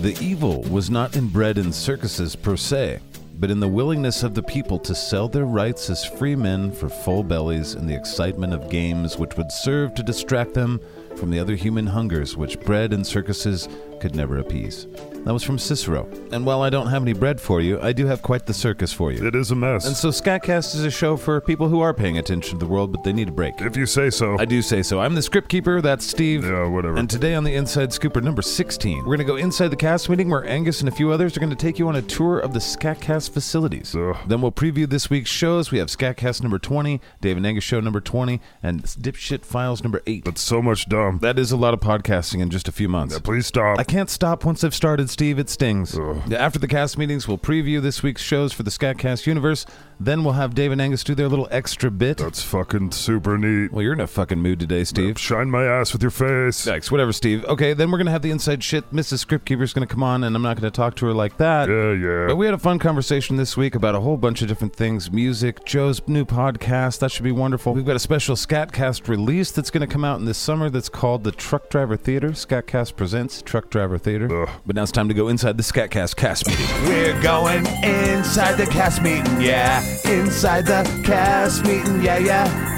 The evil was not inbred in circuses per se, but in the willingness of the people to sell their rights as free men for full bellies in the excitement of games which would serve to distract them from the other human hungers which bread and circuses could never appease. That was from Cicero. And while I don't have any bread for you, I do have quite the circus for you. It is a mess. And so Scatcast is a show for people who are paying attention to the world, but they need a break. if you say so. I do say so. I'm the script keeper, that's Steve. yeah, whatever. And today on the Inside Scooper number 16, we're going to go inside the cast meeting where Angus and a few others are going to take you on a tour of the Scatcast facilities. Ugh. Then we'll preview this week's shows. We have Scatcast number 20, Dave and Angus show number 20, and Dipshit Files number 8. That's so much dumb. that is a lot of podcasting in just a few months. Yeah, please stop. I can't stop once I've started, Steve. It stings. Ugh. After the cast meetings, we'll preview this week's shows for the Scatcast universe. Then we'll have Dave and Angus do their little extra bit. That's fucking super neat. well, you're in a fucking mood today, Steve. Shine my ass with your face. Yikes, whatever, Steve. Okay, then we're gonna have the inside shit. Mrs. Scriptkeeper's gonna come on, and I'm not gonna talk to her like that. Yeah, yeah. But we had a fun conversation this week about a whole bunch of different things music, Joe's new podcast. That should be wonderful. We've got a special Scatcast release that's going to come out in this summer that's called The Truck Driver Theater. Scatcast presents Truck Driver Theater. Ugh. But now it's time to go inside the Scatcast cast meeting. We're going inside the cast meeting, yeah. Inside the cast meeting, yeah, yeah.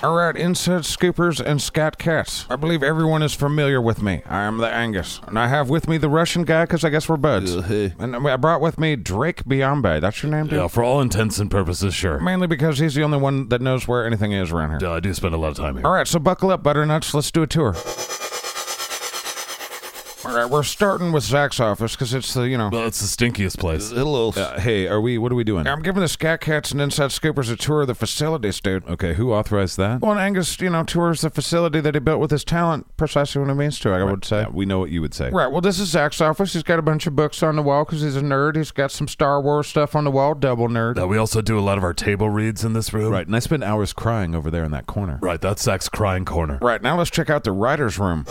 All right, inside scoopers and scat cats. I believe everyone is familiar with me. I am the Angus, and I have with me the Russian guy because I guess we're buds. Uh, And I brought with me Drake Biombe. That's your name, dude. Yeah, Uh, for all intents and purposes, sure. Mainly because he's the only one that knows where anything is around here. Yeah, I do spend a lot of time here. All right, so buckle up, butternuts. Let's do a tour. All right, we're starting with Zach's office because it's the you know. Well, Uh, it's the stinkiest place. Hello. Uh, hey, are we? What are we doing? I'm giving the Scat Cats and Inside Scoopers a tour of the facilities, dude. Okay, who authorized that? Well, and Angus, you know, tours the facility that he built with his talent. Precisely what it means to, I would say. We know what you would say. Right. Well, this is Zach's office. He's got a bunch of books on the wall because he's a nerd. He's got some Star Wars stuff on the wall. Double nerd. Now, Uh, we also do a lot of our table reads in this room. Right, and I spent hours crying over there in that corner. Right, that's Zach's crying corner. Right, now let's check out the writer's room.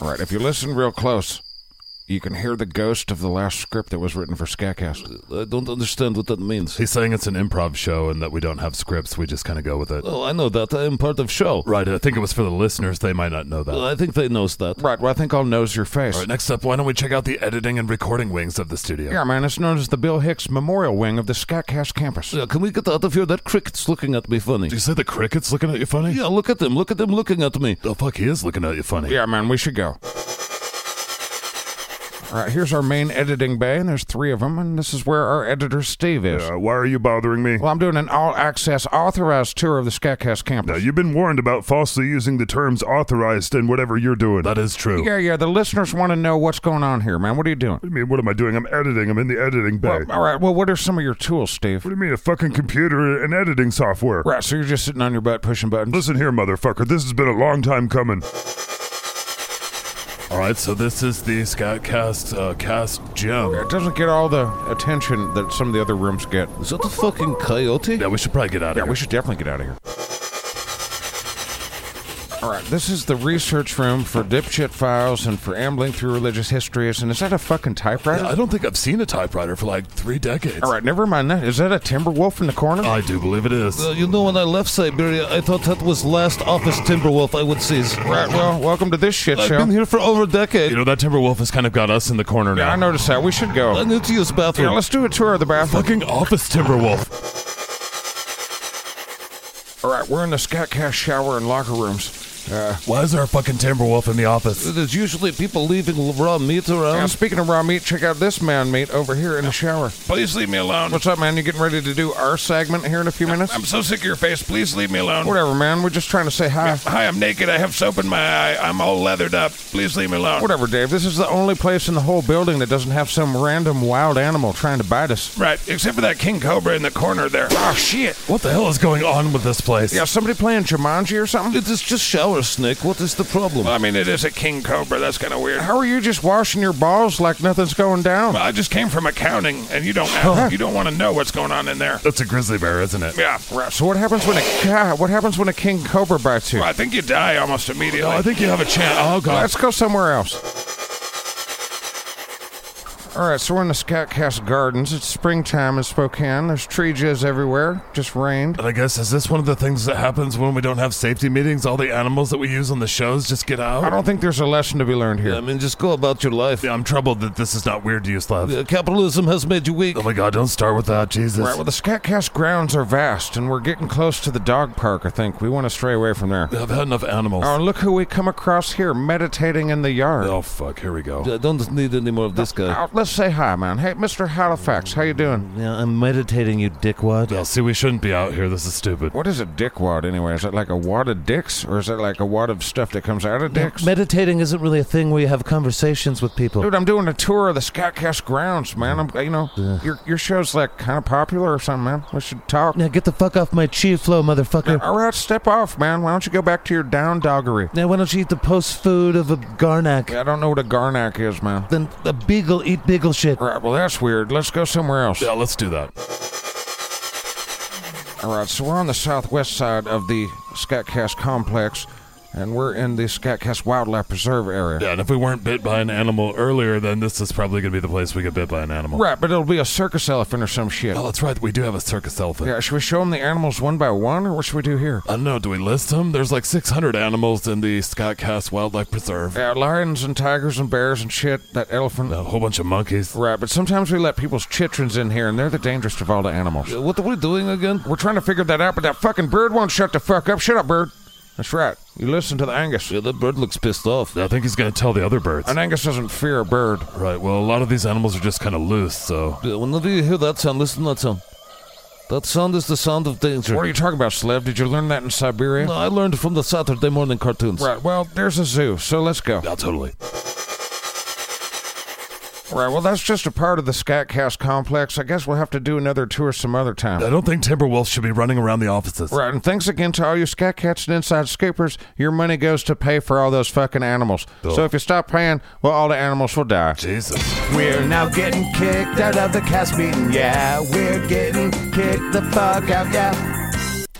All right, if you listen real close, you can hear the ghost of the last script that was written for Scatcast. I don't understand what that means. He's saying it's an improv show and that we don't have scripts, we just kind of go with it. Oh, I know that. I am part of show. Right, I think it was for the listeners, they might not know that. I think they knows that. Right, well, I think I'll nose your face. All right, next up, why don't we check out the editing and recording wings of the studio? Yeah, man, it's known as the Bill Hicks Memorial Wing of the Scatcast campus. Yeah, can we get out of here? That cricket's looking at me funny. Did you say the cricket's looking at you funny? Yeah, look at him. Look at him looking at me. Oh, fuck, he is looking at you funny. Yeah, man, we should go. All right, here's our main editing bay, and there's three of them, and this is where our editor Steve is. Yeah, why are you bothering me? Well, I'm doing an all-access authorized tour of the Scatcast campus. Now, you've been warned about falsely using the terms authorized and whatever you're doing. That is true. Yeah, yeah. The listeners want to know what's going on here, man. What are you doing? I mean, what am I doing? I'm editing. I'm in the editing bay. Well, all right. Well, what are some of your tools, Steve? What do you mean, a fucking computer and editing software? Right. So you're just sitting on your butt pushing buttons. Listen here, motherfucker. This has been a long time coming. All right, so this is the Scatcast uh, cast gem. It doesn't get all the attention that some of the other rooms get. Is that a fucking coyote? Yeah, we should probably get out of Yeah, here. we should definitely get out of here. All right, this is the research room for dipshit files and for ambling through religious histories. And is that a fucking typewriter? I don't think I've seen a typewriter for like three decades. All right, never mind that. Is that a timber wolf in the corner? I do believe it is. Uh, you know, when I left Siberia, I thought that was last office Timberwolf I would seize. right, well, welcome to this shit I've show. been here for over a decade. You know, that Timberwolf has kind of got us in the corner now. I noticed that. We should I go. need to use Yeah, bathroom. let's do a tour of the bathroom. Fucking office Timberwolf. All right, we're in the Scatcast shower and locker rooms. Uh, Why is there a fucking Timberwolf in the office? There's usually people leaving raw meat around. now, speaking of raw meat, check out this man meat over here in the shower. Please leave me alone. What's up, man? You getting ready to do our segment here in a few minutes? so sick of your face. Please leave me alone. Whatever, man. We're just trying to say hi. Hi, I'm naked. I have soap in my eye. I'm all leathered up. Please leave me alone. Whatever, Dave. This is the only place in the whole building that doesn't have some random wild animal trying to bite us. Right, except for that king cobra in the corner there. Oh, shit. What the hell is going on with this place? Yeah, somebody playing Jumanji or something? It is just shower, Snake. What is the problem? I mean, it is a king cobra. That's kind of weird. How are you just washing your balls like nothing's going down? I just came from accounting, and you don't have, you don't want to know what's going on in there. That's a grizzly bear, isn't it? Yeah, Right, so what happens when a God, what happens when a king cobra bites you? I think you die almost immediately. I think you have a chance. Oh, God. Let's go somewhere else. All right, so we're in the Scoutcast Gardens. It's springtime in Spokane. There's tree jizz everywhere. Just rained. And I guess, is this one of the things that happens when we don't have safety meetings? All the animals that we use on the shows just get out? I don't think there's a lesson to be learned I here. mean, just go about your life. Yeah, I'm troubled that this is not weird to you, Slav. Uh, Capitalism has made you weak. Oh my god, don't start with that, Jesus. All right, well, the Scoutcast grounds are vast, and we're getting close to the dog park, I think. We want to stray away from there. I've had enough animals. Oh, and look who we come across here meditating in the yard. Oh fuck, here we go. I don't need any more of this guy. Oh, let's say hi, man. Hey, Mr. Halifax, how you doing? Yeah, I'm meditating, you dickwad. Yeah, see, we shouldn't be out here. This is stupid. What is a dickwad anyway? Is it like a wad of dicks, or is it like a wad of stuff that comes out of dicks? Meditating isn't really a thing where you have conversations with people. Dude, I'm doing a tour of the Scoutcast grounds, man. I'm, you know, your your show's like kind of popular or something, man. We should talk. Now get the fuck off my chi flow, motherfucker. All right, step off, man. Why don't you go back to your down doggery? Now why don't you eat the post food of a garnack? I don't know what a garnack is, man. Then a beagle eat beagle shit. All right, well that's weird. Let's go somewhere else. Yeah, let's do that. All right, so we're on the southwest side of the Scoutcast complex, and we're in the Scoutcast Wildlife Preserve area. Yeah, and if we weren't bit by an animal earlier, then this is probably gonna be the place we get bit by an animal. Right, but it'll be a circus elephant or some shit. Oh, that's right. We do have a circus elephant. Yeah, should we show them the animals one by one, or what should we do here? I don't know. Do we list them? There's like 600 animals in the Scott Cass Wildlife Preserve. Yeah, lions and tigers and bears and shit. That elephant. A whole bunch of monkeys. Right, but sometimes we let people's chitrons in here, and they're the dangerous of all the animals. What are we doing again? We're trying to figure that out, but that fucking bird won't shut the fuck up. Shut up, bird. That's right. You listen to the Angus. Yeah, that bird looks pissed off. I think he's gonna tell the other birds. An Angus doesn't fear a bird. Right. Well, a lot of these animals are just kind of loose, so Yeah, Whenever you hear that sound, listen to that sound. That sound is the sound of danger. What are you talking about, Slev? Did you learn that in Siberia? No, I learned from the Saturday morning cartoons. Right, well, there's a zoo, so let's go. yeah, totally. Right, well, that's just a part of the Scatcast complex. I guess we'll have to do another tour some other time. I don't think Timberwolves should be running around the offices. Right, and thanks again to all you scat cats and inside scoopers. Your money goes to pay for all those fucking animals. So if you stop paying, well, all the animals will die. Jesus. We're now getting kicked out of the cast meeting, yeah. We're getting kicked the fuck out, yeah.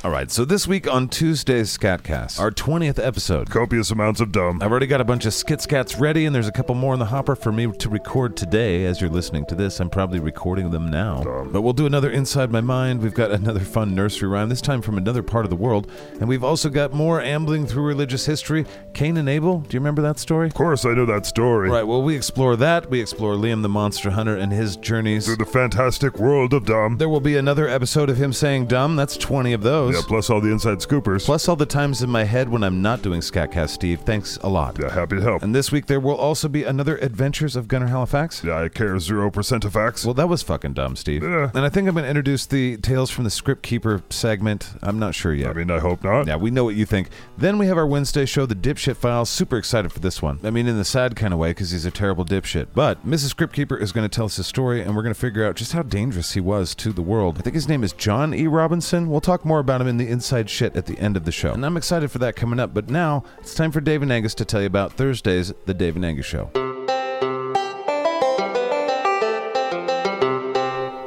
All right, so this week on Tuesday's Scatcast, our 20th episode. Copious amounts of dumb. I've already got a bunch of skit scats ready, and there's a couple more in the hopper for me to record today. As you're listening to this, I'm probably recording them now. But we'll do another Inside My Mind. We've got another fun nursery rhyme, this time from another part of the world. And we've also got more ambling through religious history. Cain and Abel, do you remember that story? Of course, I know that story. Right, well, we explore that. We explore Liam the Monster Hunter and his journeys. Through the fantastic world of dumb. There will be another episode of him saying dumb. That's 20 of those. Yeah, plus all the inside scoopers. Plus all the times in my head when I'm not doing Scatcast Steve. Thanks a lot. yeah, happy to help. And this week there will also be another Adventures of Gunnar Halifax. yeah, I care 0% of facts. Well, that was fucking dumb, Steve. Yeah. And I think I'm going to introduce the Tales from the Script Keeper segment. I'm not sure yet. I mean, I hope not. yeah, we know what you think. Then we have our Wednesday show, The Dipshit Files. Super excited for this one. I mean, in the sad kind of way, because he's a terrible dipshit. But Mrs. Script Keeper is going to tell us his story, and we're going to figure out just how dangerous he was to the world. I think his name is John E. Robinson. We'll talk more about him in the inside shit at the end of the show. And I'm excited for that coming up. But now it's time for Dave and Angus to tell you about Thursday's The Dave and Angus Show.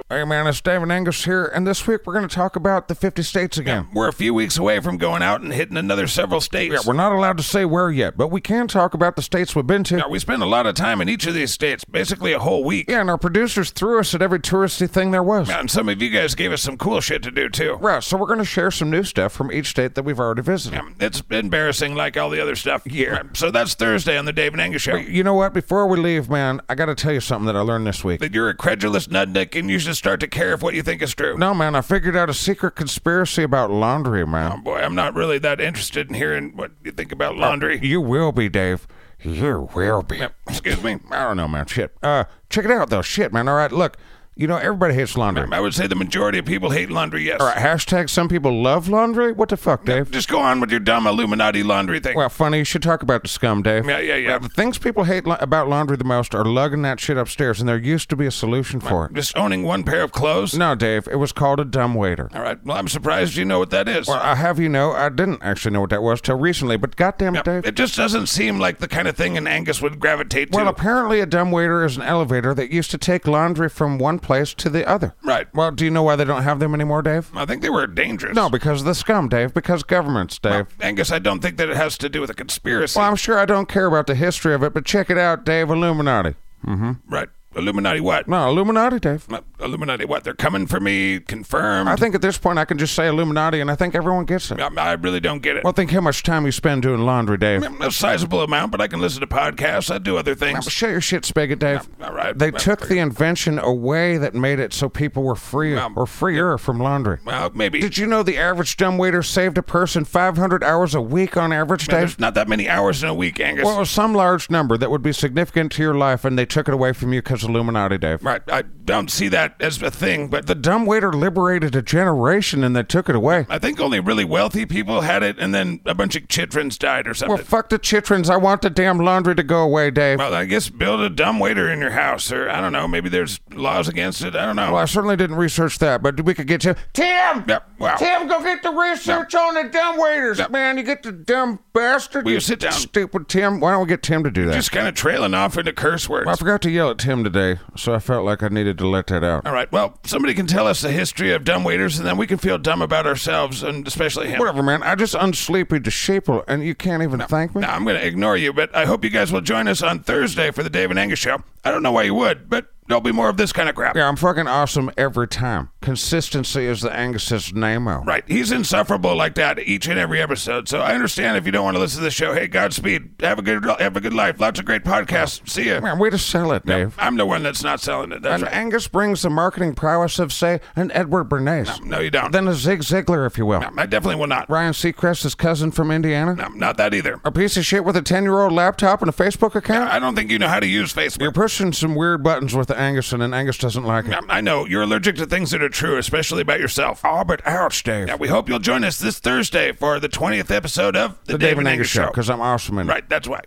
Hey, man, it's David Angus here, and this week we're going to talk about the 50 states again. We're a few weeks away from going out and hitting another several states. We're not allowed to say where yet, but we can talk about the states we've been to. Now, we spend a lot of time in each of these states, basically a whole week. Yeah, and our producers threw us at every touristy thing there was. And some of you guys gave us some cool shit to do, too. Right, so we're going to share some new stuff from each state that we've already visited. Um, It's embarrassing like all the other stuff here. Um, So that's Thursday on the Dave and Angus Show. You know what? Before we leave, man, I got to tell you something that I learned this week. That you're a credulous nutnik and you should start to care if what you think is true. No, man, I figured out a secret conspiracy about laundry, Oh, man. boy, I'm not really that interested in hearing what you Oh. think about laundry. You will be, Dave. You will be. Excuse me. I don't know, man. Shit. Uh, check it out, though. Shit, man. All right, look. You know, everybody hates laundry. I would say the majority of people hate laundry, yes. All right, hashtag some people love laundry? What the fuck, Dave? Just go on with your dumb Illuminati laundry thing. Well, funny, you should talk about the scum, Dave. yeah, yeah, yeah. The things people hate la- about laundry the most are lugging that shit upstairs, and there used to be a solution for it. Just owning one pair of clothes? No, Dave, it was called a dumb waiter. All right. Well, I'm surprised you know what that is. Well, I have you know, I didn't actually know what that was till recently, but goddamn it, Dave. it just doesn't seem like the kind of thing an Angus would gravitate to. Well, apparently, a dumbwaiter is an elevator that used to take laundry from one place to the other. right. Well, do you know why they don't have them anymore, Dave? I think they were dangerous. No, because of the scum, Dave. Because governments, Dave. Angus, I don't think that it has to do with a conspiracy. Well, I'm sure I don't care about the history of it, but check it out, Dave Illuminati. right. Illuminati what? No, Illuminati, Dave. Uh, Illuminati what? They're coming for me. Confirmed. I think at this point I can just say Illuminati, and I think everyone gets it. I, I really don't get it. Well, think how much time you spend doing laundry, Dave. a sizable amount, but I can listen to podcasts. I do other Now, things. shut your shit, Spigot Dave. all right. They Uh, took the invention away that made it so people were free Um, or freer from laundry. Well, maybe. Did you know the average dumbwaiter saved a person 500 hours a week on average, Dave? There's not that many hours in a week, Angus. Well, some large number that would be significant to your life, and they took it away from you because Illuminati, Dave. right. I don't see that as a thing, but The dumbwaiter liberated a generation, and they took it away. I think only really wealthy people had it, and then a bunch of chitrins died or Well, something. fuck the chitrins. I want the damn laundry to go away, Dave. Well, I guess build a dumb waiter in your house, or I don't know. Maybe there's laws against it. I don't know. Well, I certainly didn't research that, but we could get you. Tim! Yeah, well. Tim, go get the research on the dumb waiters, man. You get the dumb bastard. Will you you sit down? Stupid Tim. Why don't we get Tim to do that? Just kind of trailing off into curse words. I forgot to yell at Tim today, so I felt like I needed to let that out. All right. Well, somebody can tell us the history of dumb waiters, and then we can feel dumb about ourselves, and especially him. Whatever, man. I just unsleepy to sheeple, and you can't even thank me. Now, I'm going to ignore you, but I hope you guys will join us on Thursday for the Dave and Angus show. I don't know why you would, but there'll be more of this kind of crap. Yeah, I'm fucking awesome every time. Consistency is the Angus's name. Right. He's insufferable like that each and every episode. So I understand if you don't want to listen to the show. Hey, Godspeed. Have a good have a good life. Lots of great podcasts. See ya. Man, way to sell it, Dave. I'm the one that's not selling it. That's And right. Angus brings the marketing prowess of, say, an Edward Bernays. No, you don't. Then a Zig Ziglar, if you will. I definitely will not. Ryan Seacrest, his cousin from Indiana. No, not that either. A piece of shit with a 10 year old laptop and a Facebook account. I don't think you know how to use Facebook. You're pushing some weird buttons with Angus, and Angus doesn't like it. Um, I know you're allergic to things that are true, especially about yourself. Oh, but Ouch, Dave. yeah, we hope you'll join us this Thursday for the 20th episode of the, The Dave and Angus show, because I'm awesome in it. Right, that's why.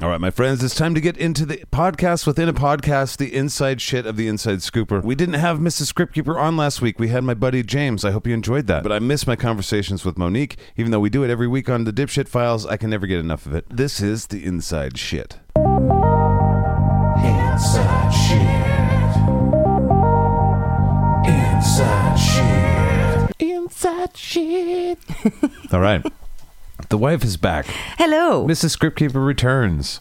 All right, my friends, it's time to get into the podcast within a podcast, the inside shit of the inside scooper. We didn't have Mrs. Scriptkeeper on last week. We had my buddy James. I hope you enjoyed that. But I miss my conversations with Monique. Even though we do it every week on the Dipshit Files, I can never get enough of it. This is the inside shit. Inside shit. Inside shit. All right. the wife is back. Hello. Mrs. Scriptkeeper returns.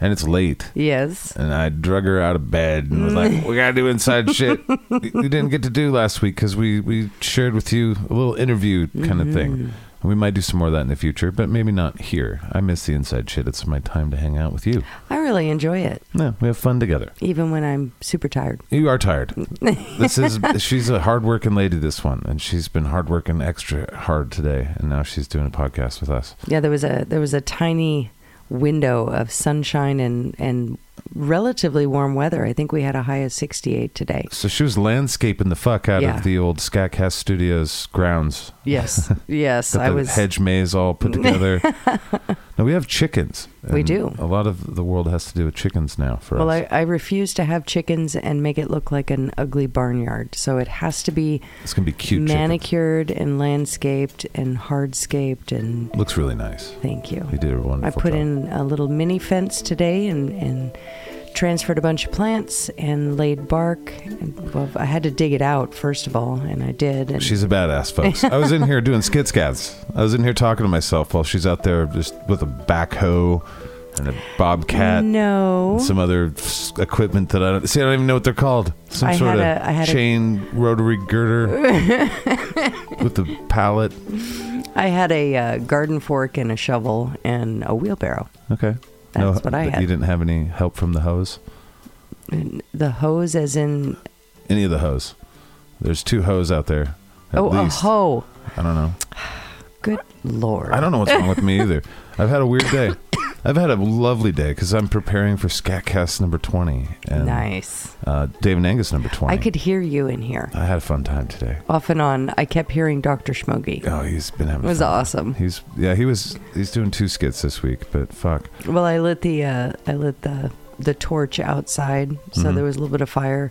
And it's late. yes. and I drug her out of bed and was like, "We gotta do inside shit we didn't get to do last week because we we shared with you a little interview kind of thing." And we might do some more of that in the future, but maybe not here. I miss the inside shit. It's my time to hang out with you. I really enjoy it, No, we have fun together. even when I'm super tired. You are tired. this is she's a hardworking lady. This one, and she's been hardworking extra hard today, and now she's doing a podcast with us. Yeah, there was a there was a tiny window of sunshine and and relatively warm weather. I think we had a high of 68 today. So she was landscaping the fuck out Yeah. of the old Scatcast Studios grounds. Yes. Yes, Got I the was hedge maze all put together. now we have chickens. We and do. A lot of the world has to do with chickens now for Well, us. I, I refuse to have chickens and make it look like an ugly barnyard. So it has to be it's gonna be cute. Mannequin manicured and landscaped and hardscaped and looks really nice. thank you. You did a wonderful I put job. in a little mini fence today and, and transferred a bunch of plants and laid bark. And, well, I had to dig it out first of all, and I did. And She's a badass, folks. I was in here doing skit scats. I was in here talking to myself while she's out there just with a backhoe and a bobcat. no, and Some other s- equipment that I don't see. I don't even know what they're called. Some I sort had of a- I had a- chain rotary girder with a pallet. I had a uh, garden fork and a shovel and a wheelbarrow. Okay, That's what I but had. You didn't have any help from the hose. And the hose, as in any of the hoes. There's two hoes out there. at oh, least. a hoe. I don't know. Good lord. I don't know what's wrong with me either. I've had a weird day. I've had a lovely day because I'm preparing for Scatcast number 20 and Nice. uh, Dave and Angus number 20. I could hear you in here. I had a fun time today. Off and on, I kept hearing Dr. Schmoggy. Oh, he's been having. It was fun. awesome. He's yeah. He was. He's doing two skits this week, but fuck. Well, I lit the uh, I lit the the torch outside, so Mm-hmm. there was a little bit of fire,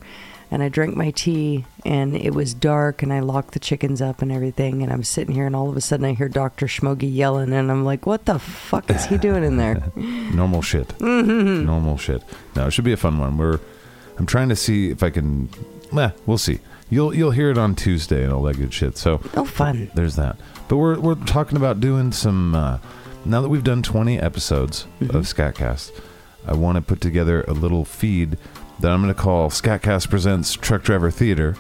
and I drank my tea, and it was dark, and I locked the chickens up and everything, and I'm sitting here, and all of a sudden I hear Doctor Schmoggy yelling, and I'm like, what the fuck is he doing in there? normal shit. Normal shit. No, it should be a fun one. We're I'm trying to see if I can. Meh, we'll see. You'll you'll hear it on Tuesday and all that good shit. So Oh, fun. There's that. But we're we're talking about doing some uh, now that we've done 20 episodes of Scatcast, I want to put together a little feed that I'm going to call Scatcast Presents Truck Driver Theater.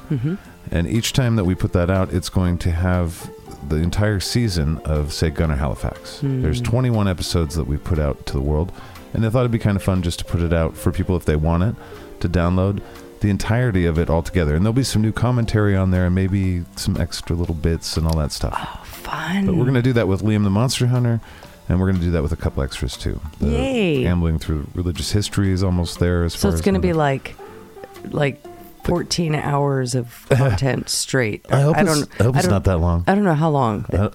And each time that we put that out, it's going to have the entire season of, say, Gunner Halifax. There's 21 episodes that we put out to the world. And I thought it'd be kind of fun just to put it out for people if they want it to download the entirety of it all together. And there'll be some new commentary on there and maybe some extra little bits and all that stuff. Ah. Fun. But we're going to do that with Liam the Monster Hunter, and we're going to do that with a couple extras too. The Yay. Ambling through religious history is almost there as so far it's as going to be the- like, like 14 hours of content straight. I hope it's, don't. I hope it's don't- not that long. I don't know how long. I I, don't-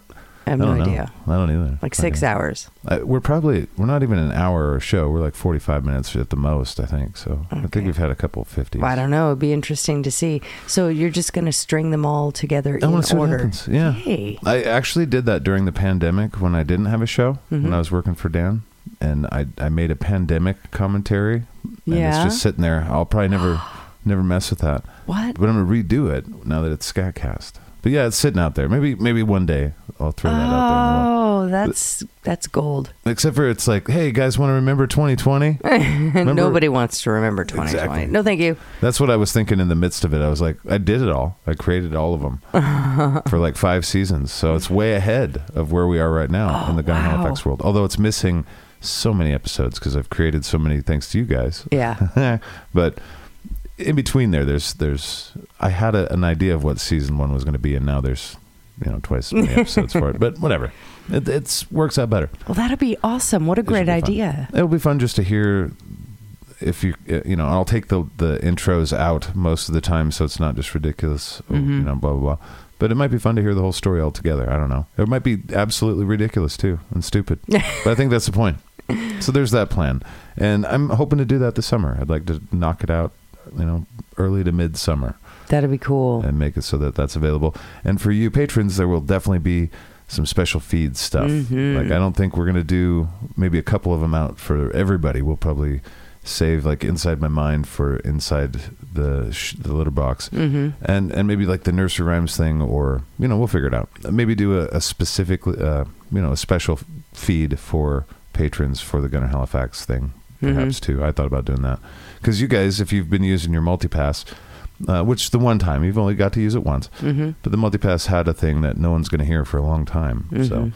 have I no don't know. idea. I don't either. Like six hours. hours. Uh, we're probably we're not even an hour or show. We're like forty five minutes at the most, I think. So I Okay. think we've had a couple fifty. Well, I don't know. It'd be interesting to see. So you're just going to string them all together I in want to see what order. happens. Yeah. Hey. I actually did that during the pandemic when I didn't have a show Mm-hmm. when I was working for Dan, and I I made a pandemic commentary, and it's Yeah. just sitting there. I'll probably never never mess with that, What? but I'm gonna redo it now that it's Scatcast. But yeah, it's sitting out there. Maybe maybe one day I'll throw that out there. and we'll- Oh, that's that's gold. Except for it's like, hey guys, want to remember 2020? Remember- Nobody wants to remember 2020. Exactly. No, thank you. That's what I was thinking in the midst of it. I was like, I did it all. I created all of them for like five seasons. So it's way ahead of where we are right now in the Gun Oh, wow. Halifax world. Although it's missing so many episodes because I've created so many thanks to you guys. Yeah. but in between there, there's there's I had a, an idea of what season one was going to be, and now there's you know twice as many episodes for it. But whatever, it it's, works out better. Well, that'd be awesome. What a It should great be fun. idea. It'll be fun just to hear if you uh, you know I'll take the the intros out most of the time, so it's not just ridiculous. oh, Mm-hmm. You know, blah blah blah. But it might be fun to hear the whole story altogether. I don't know. It might be absolutely ridiculous too and stupid. but I think that's the point. So there's that plan, and I'm hoping to do that this summer. I'd like to knock it out, you know, early to mid summer That'd be cool. and make it so that that's available. And for you patrons, there will definitely be some special feed stuff. Like I don't think we're gonna do maybe a couple of them out for everybody. We'll probably save like inside my mind for inside the sh- the litter box, mm-hmm. and and maybe like the nursery rhymes thing, or you know we'll figure it out. Maybe do a, a specific uh, you know a special feed for patrons for the Gunner Halifax thing. Perhaps too. I thought about doing that because you guys, if you've been using your multipass, uh, which the one time you've only got to use it once. Mm-hmm. But the multipass had a thing that no one's going to hear for a long time, so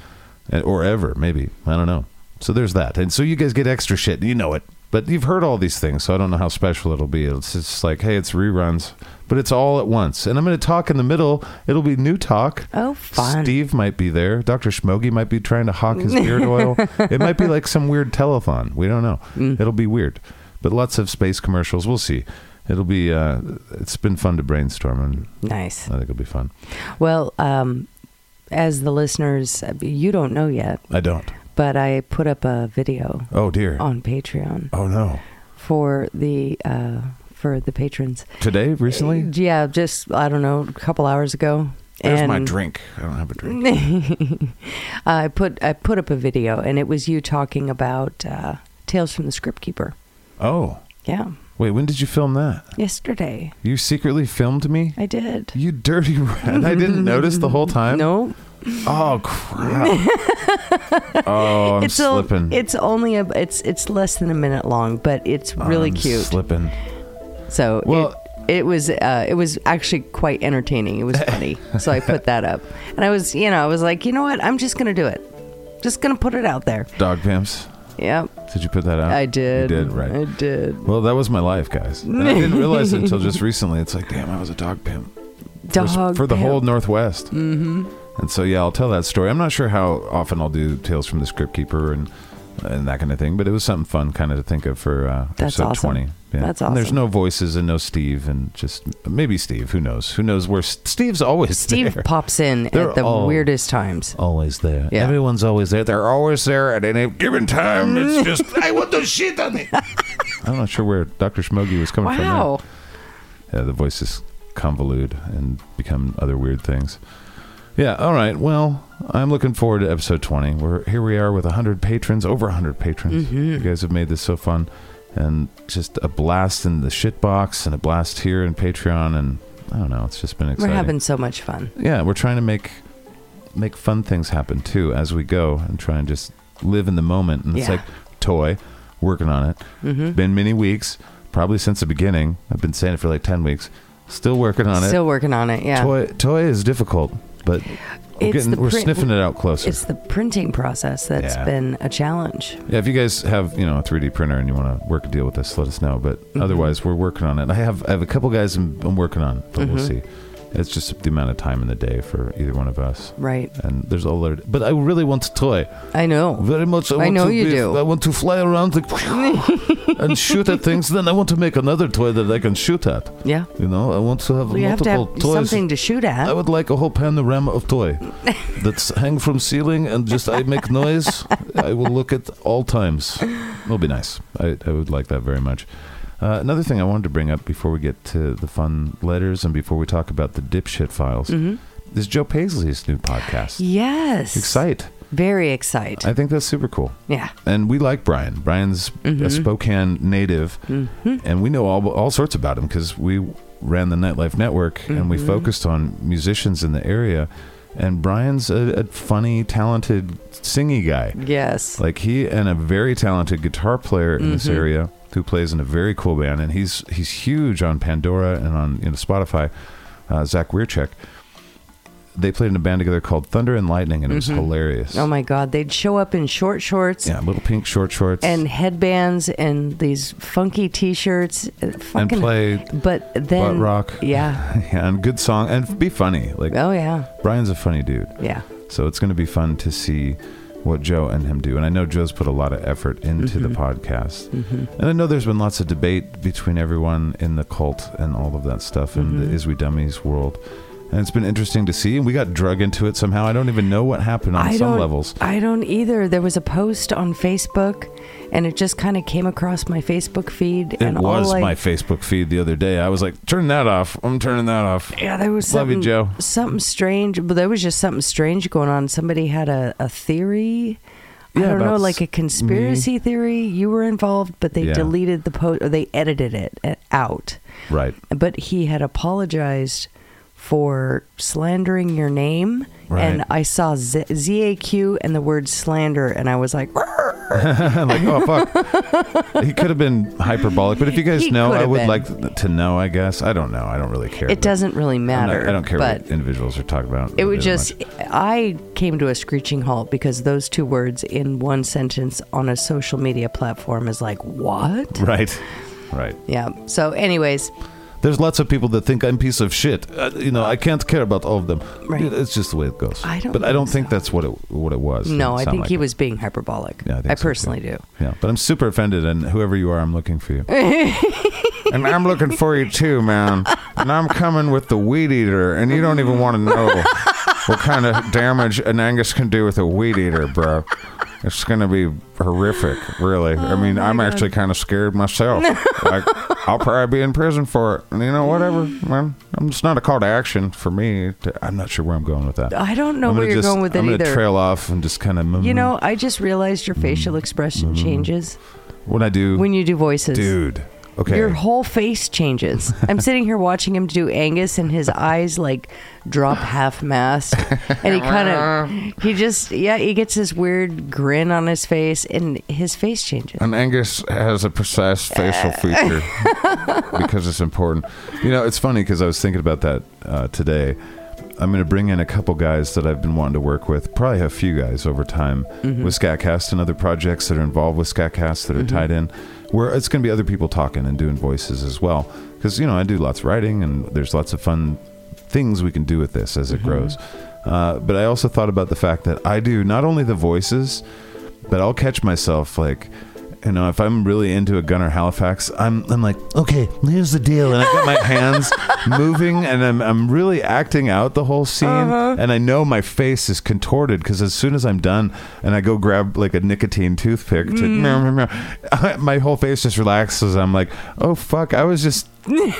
and- or ever maybe I don't know. So there's that, and so you guys get extra shit. You know it, but you've heard all these things, so I don't know how special it'll be. It's just like, hey, it's reruns, but it's all at once, and I'm going to talk in the middle. It'll be new talk. Oh, fun. Steve might be there. Dr. Schmogi might be trying to hawk his beard oil. It might be like some weird telethon. We don't know. Mm. It'll be weird. But lots of space commercials. We'll see. It'll be, uh, it's been fun to brainstorm, and Nice. I think it'll be fun. Well, um, as the listeners, you don't know yet, I don't. but I put up a video Oh, dear. on Patreon Oh, no. for the uh, for the patrons. Today, recently? Yeah, just I don't know, a couple hours ago. There's my And- drink. I don't have a drink. I put I put up a video, and it was you talking about uh, Tales from the Script Keeper. Oh. Yeah, Wait, when did you film that? yesterday You secretly filmed me? I did. You dirty rat. I didn't notice the whole time? No, Oh, crap. oh, I'm o- slipping. it's only a it's it's less than a minute long, but it's really I'm cute. slipping. so Well- it, it was uh, it was actually quite entertaining. It was funny, so I put that up, and I was you know I was like you know what I'm just gonna do it, just gonna put it out there. Dog pimps. Yep, Did you put that out? I did. You did, right. I did. Well, that was my life, guys. And I didn't realize it until just recently. It's like, damn, I was a dog pimp for, Dog s- for the pimp. whole Northwest. Mm-hmm. And so, yeah, I'll tell that story. I'm not sure how often I'll do Tales from the Script Keeper and and that kind of thing, but it was something fun kind of to think of for uh, That's episode awesome. 20. That's And there's awesome. no voices and no Steve and just maybe Steve. Who knows? Who knows where S- Steve's always Steve there. pops in They're at the all- weirdest times. always there. Yeah. Everyone's always there. They're always there at any. Given time, it's just I want the shit on it. I'm not sure where Dr. Smoggy was coming from. there. Wow. yeah, the voices convolute and become other weird things. Yeah, all right. Well, I'm looking forward to episode 20. We're here we are with 100 patrons, over 100 patrons. Mm-hmm. You guys have made this so fun and just a blast in the shit box and a blast here in Patreon and I don't know, it's just been We're exciting. having so much fun. yeah, we're trying to make make fun things happen too as we go and try and just live in the moment. And it's Yeah. Mm-hmm. like toy, working on it. It's been many weeks, probably since the beginning. I've been saying it for like ten weeks. Still working on it. Still working on it. Yeah. Toy, toy is difficult, but we're, It's getting, the we're print- sniffing it out closer. It's the printing process that's Yeah. been a challenge. Yeah, if you guys have you know a 3D printer and you want to work a deal with us, let us know. But Mm-hmm. otherwise, we're working on it. I have I have a couple guys I'm, I'm working on, but we'll Mm-hmm. see. It's just the amount of time in the day for either one of us. Right. And there's all alert, but I really want to toy I know. very much. I, want know to you be- do. I want to fly around like, and shoot at things. Then I want to make another toy that I can shoot at. Yeah. You know, I want to have Well, you have to multiple have toys. something to shoot I at. would like a whole panorama of toy that's hang from ceiling and just I make noise. I will look at all times. It'll be nice. I, I would like that very much. Uh, another thing I wanted to bring up before we get to the fun letters and before we talk about the dipshit files Mm-hmm. is Joe Paisley's new podcast. Yes. Excite. Very excited. I think that's super cool. yeah. And we like Brian. Brian's Mm-hmm. a Spokane native, and we know all, all sorts about him because we ran the Nightlife Network and we Mm-hmm. focused on musicians in the area. And Brian's a, a funny, talented, singy guy. Yes. Like he and a very talented guitar player in this Mm-hmm. area who plays in a very cool band, and he's he's huge on Pandora and on you know, Spotify. Uh, Zach Weircheck. They played in a band together called Thunder and Lightning, and it was hilarious. oh my God. They'd show up in short shorts yeah, little pink short shorts. and headbands and these funky T-shirts. Uh, Fucking, play But then butt rock. Yeah. yeah, and good song and be funny. Like Oh yeah. Brian's a funny dude, Yeah. so it's going to be fun to see what Joe and him do. And I know Joe's put a lot of effort into the Mm-hmm. podcast, and I know there's been lots of debate between everyone in the cult and all of that stuff in Mm-hmm. the Is We Dummies world. And it's been interesting to see. And we got drug into it somehow. I don't even know what happened on I some don't, levels. I don't either. There was a post on Facebook, and it just kind of came across my Facebook feed. It and was all I, my Facebook feed the other day. I was like, turn that off. I'm turning that off. Yeah, there was Love you, something, Joe. something strange. But there was just something strange going on. Somebody had a, a theory. I Yeah, don't know, about like a s- mm-hmm. conspiracy theory. You were involved, but they Yeah. deleted the post or they edited it uh, out. Right. But he had apologized for slandering your name. And Right. I saw Z- ZAQ and the word slander, and I was like, like, oh fuck. he could have been hyperbolic, but if you guys He know, could I have would been. like th- to know. I guess I don't know. I don't really care. it doesn't really I'm not- matter. I don't care But what individuals are talking about. it really would that just, much. I came to a screeching halt because those two words in one sentence on a social media platform is like, what? right, right. Yeah. So, anyways, There's lots of people that think I'm piece of shit. Uh, you know, I can't care about all of them. Right. It- It's just the way it goes. I don't But I don't think think that's what it what it was. It no, I sounded think like he it. was being hyperbolic. Yeah, I think so, too. personally do. Yeah, but I'm super offended, and whoever you are, I'm looking for you. And I'm looking for you too, man. And I'm coming with the weed eater, and you don't even want to know what kind of damage an Angus can do with a weed eater, bro. It's gonna be horrific, really. I mean, I'm actually kind of scared myself. like, I'll probably be in prison for it. And you know, whatever, man. I'm just not a call to action for me. To, I'm not sure where I'm going with that. I don't know I'm where gonna you're just- going with it I'm gonna either. trail off and just kind of. You know, I just realized your facial expression changes when I do, when you do voices. dude. Okay. Your whole face changes. I'm sitting here watching him do Angus, and his eyes like drop half mast, and he kind of, he just, yeah, he gets this weird grin on his face, and his face changes. and Angus has a precise facial feature because it's important. You know, it's funny because I was thinking about that uh, today. I'm going to bring in a couple guys that I've been wanting to work with, probably a few guys over time with Scatcast and other projects that are involved with Scatcast that are tied in, where it's going to be other people talking and doing voices as well. Because, you know, I do lots of writing and there's lots of fun things we can do with this as it grows. Uh, but I also thought about the fact that I do not only the voices, but I'll catch myself like, you know, if I'm really into a Gunnar Halifax, I'm I'm like, okay, here's the deal, and I got my hands moving, and I'm I'm really acting out the whole scene, and I know my face is contorted because as soon as I'm done, and I go grab like a nicotine toothpick, to, meow, meow, meow, my whole face just relaxes. I'm like, oh fuck, I was just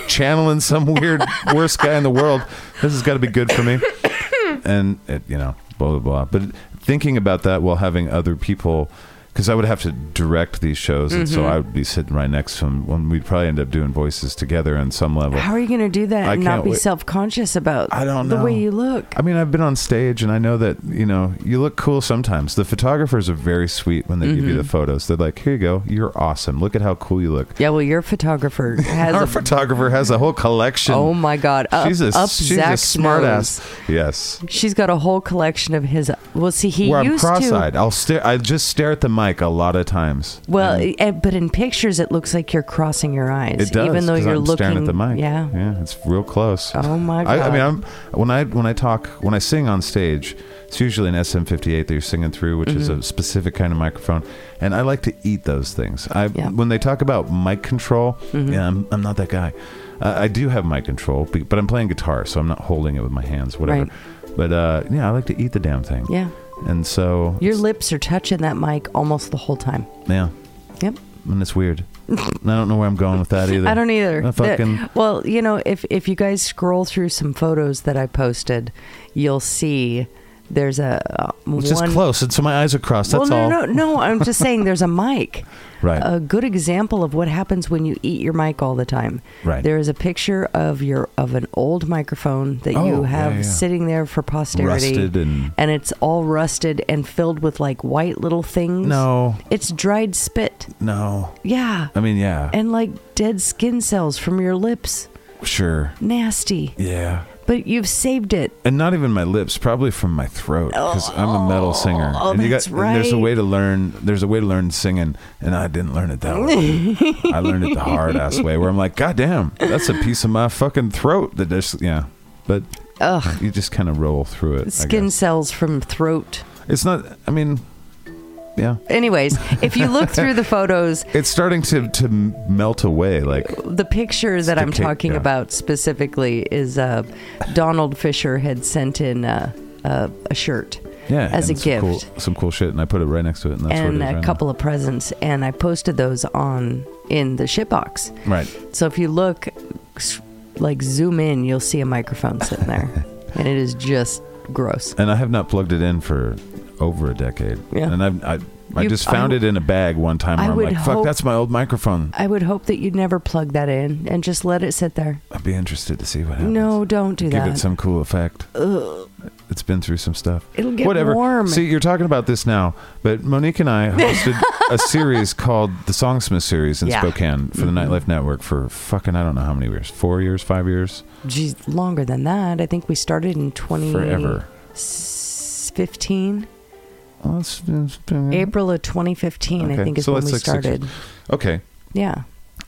channeling some weird worst guy in the world. This has got to be good for me and it, you know, blah blah blah. But thinking about that while having other people, because I would have to direct these shows, and so I would be sitting right next to him. When we'd probably end up doing voices together on some level. How are you going to do that I and not can't be wait- self conscious about I don't the way know. you look? I mean, I've been on stage, and I know that you know you look cool sometimes. The photographers are very sweet when they give Mm-hmm. you the photos. They're like, "Here you go, you're awesome. Look at how cool you look." Yeah, well, your photographer Our has a. photographer has a whole collection. Oh my God! Up, she's a up she's a Zach's smart nose. ass. Yes, She's got a whole collection of his. Well, see, he where I'm used cross-eyed. I'll stare. I just stare at the mic a lot of times. to. Well, eh, but in pictures, it looks like you're crossing your eyes, It does, even though 'cause you're I'm looking staring at the mic. Yeah. yeah, it's real close. Oh my God! I, I mean, I'm when I when I talk when I sing on stage, it's usually an SM58 that you're singing through, which is Mm-hmm. a specific kind of microphone, and I like to eat those things. I Yeah. Mm-hmm. when they talk about mic control, yeah, I'm, I'm not that guy. Uh, I do have mic control, be- but I'm playing guitar, so I'm not holding it with my hands, whatever. But uh, yeah, I like to eat the damn thing. yeah. And so Your lips are touching that mic almost the whole time. yeah, Yep. and it's weird. I don't know where I'm going with that either. I don't either. I That- fucking well, you know, if if you guys scroll through some photos that I posted, you'll see there's a uh, it's one. just close, and so my eyes are crossed. well, That's no, all. no, no, no. I'm just saying there's a mic. Right. A good example of what happens when you eat your mic all the time. Right. There is a picture of your of an old microphone that you Oh, have yeah, yeah. sitting there for posterity, Rusted and- it's all rusted and filled with like white little things. No, It's dried spit. no. Yeah. I mean, yeah. and like dead skin cells from your lips. Sure. Nasty. Yeah. But you've saved it. And not even my lips, probably from my throat, because I'm a metal singer. Oh, and that's and there's a right. way to learn. There's a way to learn singing, and I didn't learn it that way. I learned it the hard ass way, where I'm like, God damn, that's a piece of my fucking throat that just yeah. But Ugh. you just kind of roll through it. I Skin guess. cells from throat. It's not. I mean, yeah. Anyways, if you look through the photos, It's starting to to melt away. Like the picture that I'm Stick- talking yeah. about specifically is uh, Donald Fisher had sent in uh, uh, a shirt yeah, as a and some gift. cool, some cool shit, and I put it right next to it, and that's and what it is a right now. couple of presents, and I posted those on in the shitbox. Right. So if you look, s- like zoom in, you'll see a microphone sitting there, and it is just gross. and I have not plugged it in for over a decade. Yeah. And I've, I, I You- just found I- it in a bag one time. I Where I'm would like, fuck, hope- that's my old microphone. I would hope that you'd never plug that in and just let it sit there. I'd be interested to see what happens. No, don't do give that. it some cool effect. It's been through some stuff. It'll get Whatever. warm. See, you're talking about this now, but Monique and I hosted a series called the Songsmith series in Yeah. Mm-hmm. Spokane for the Nightlife Network for fucking I don't know how many years, four years, five years, Geez, longer than that. I think we started in 20 forever. s- 15 Well, it's- it's been- April of 2015 I Mm-hmm. Okay, think is so when that's we like six years. started. okay. Yeah.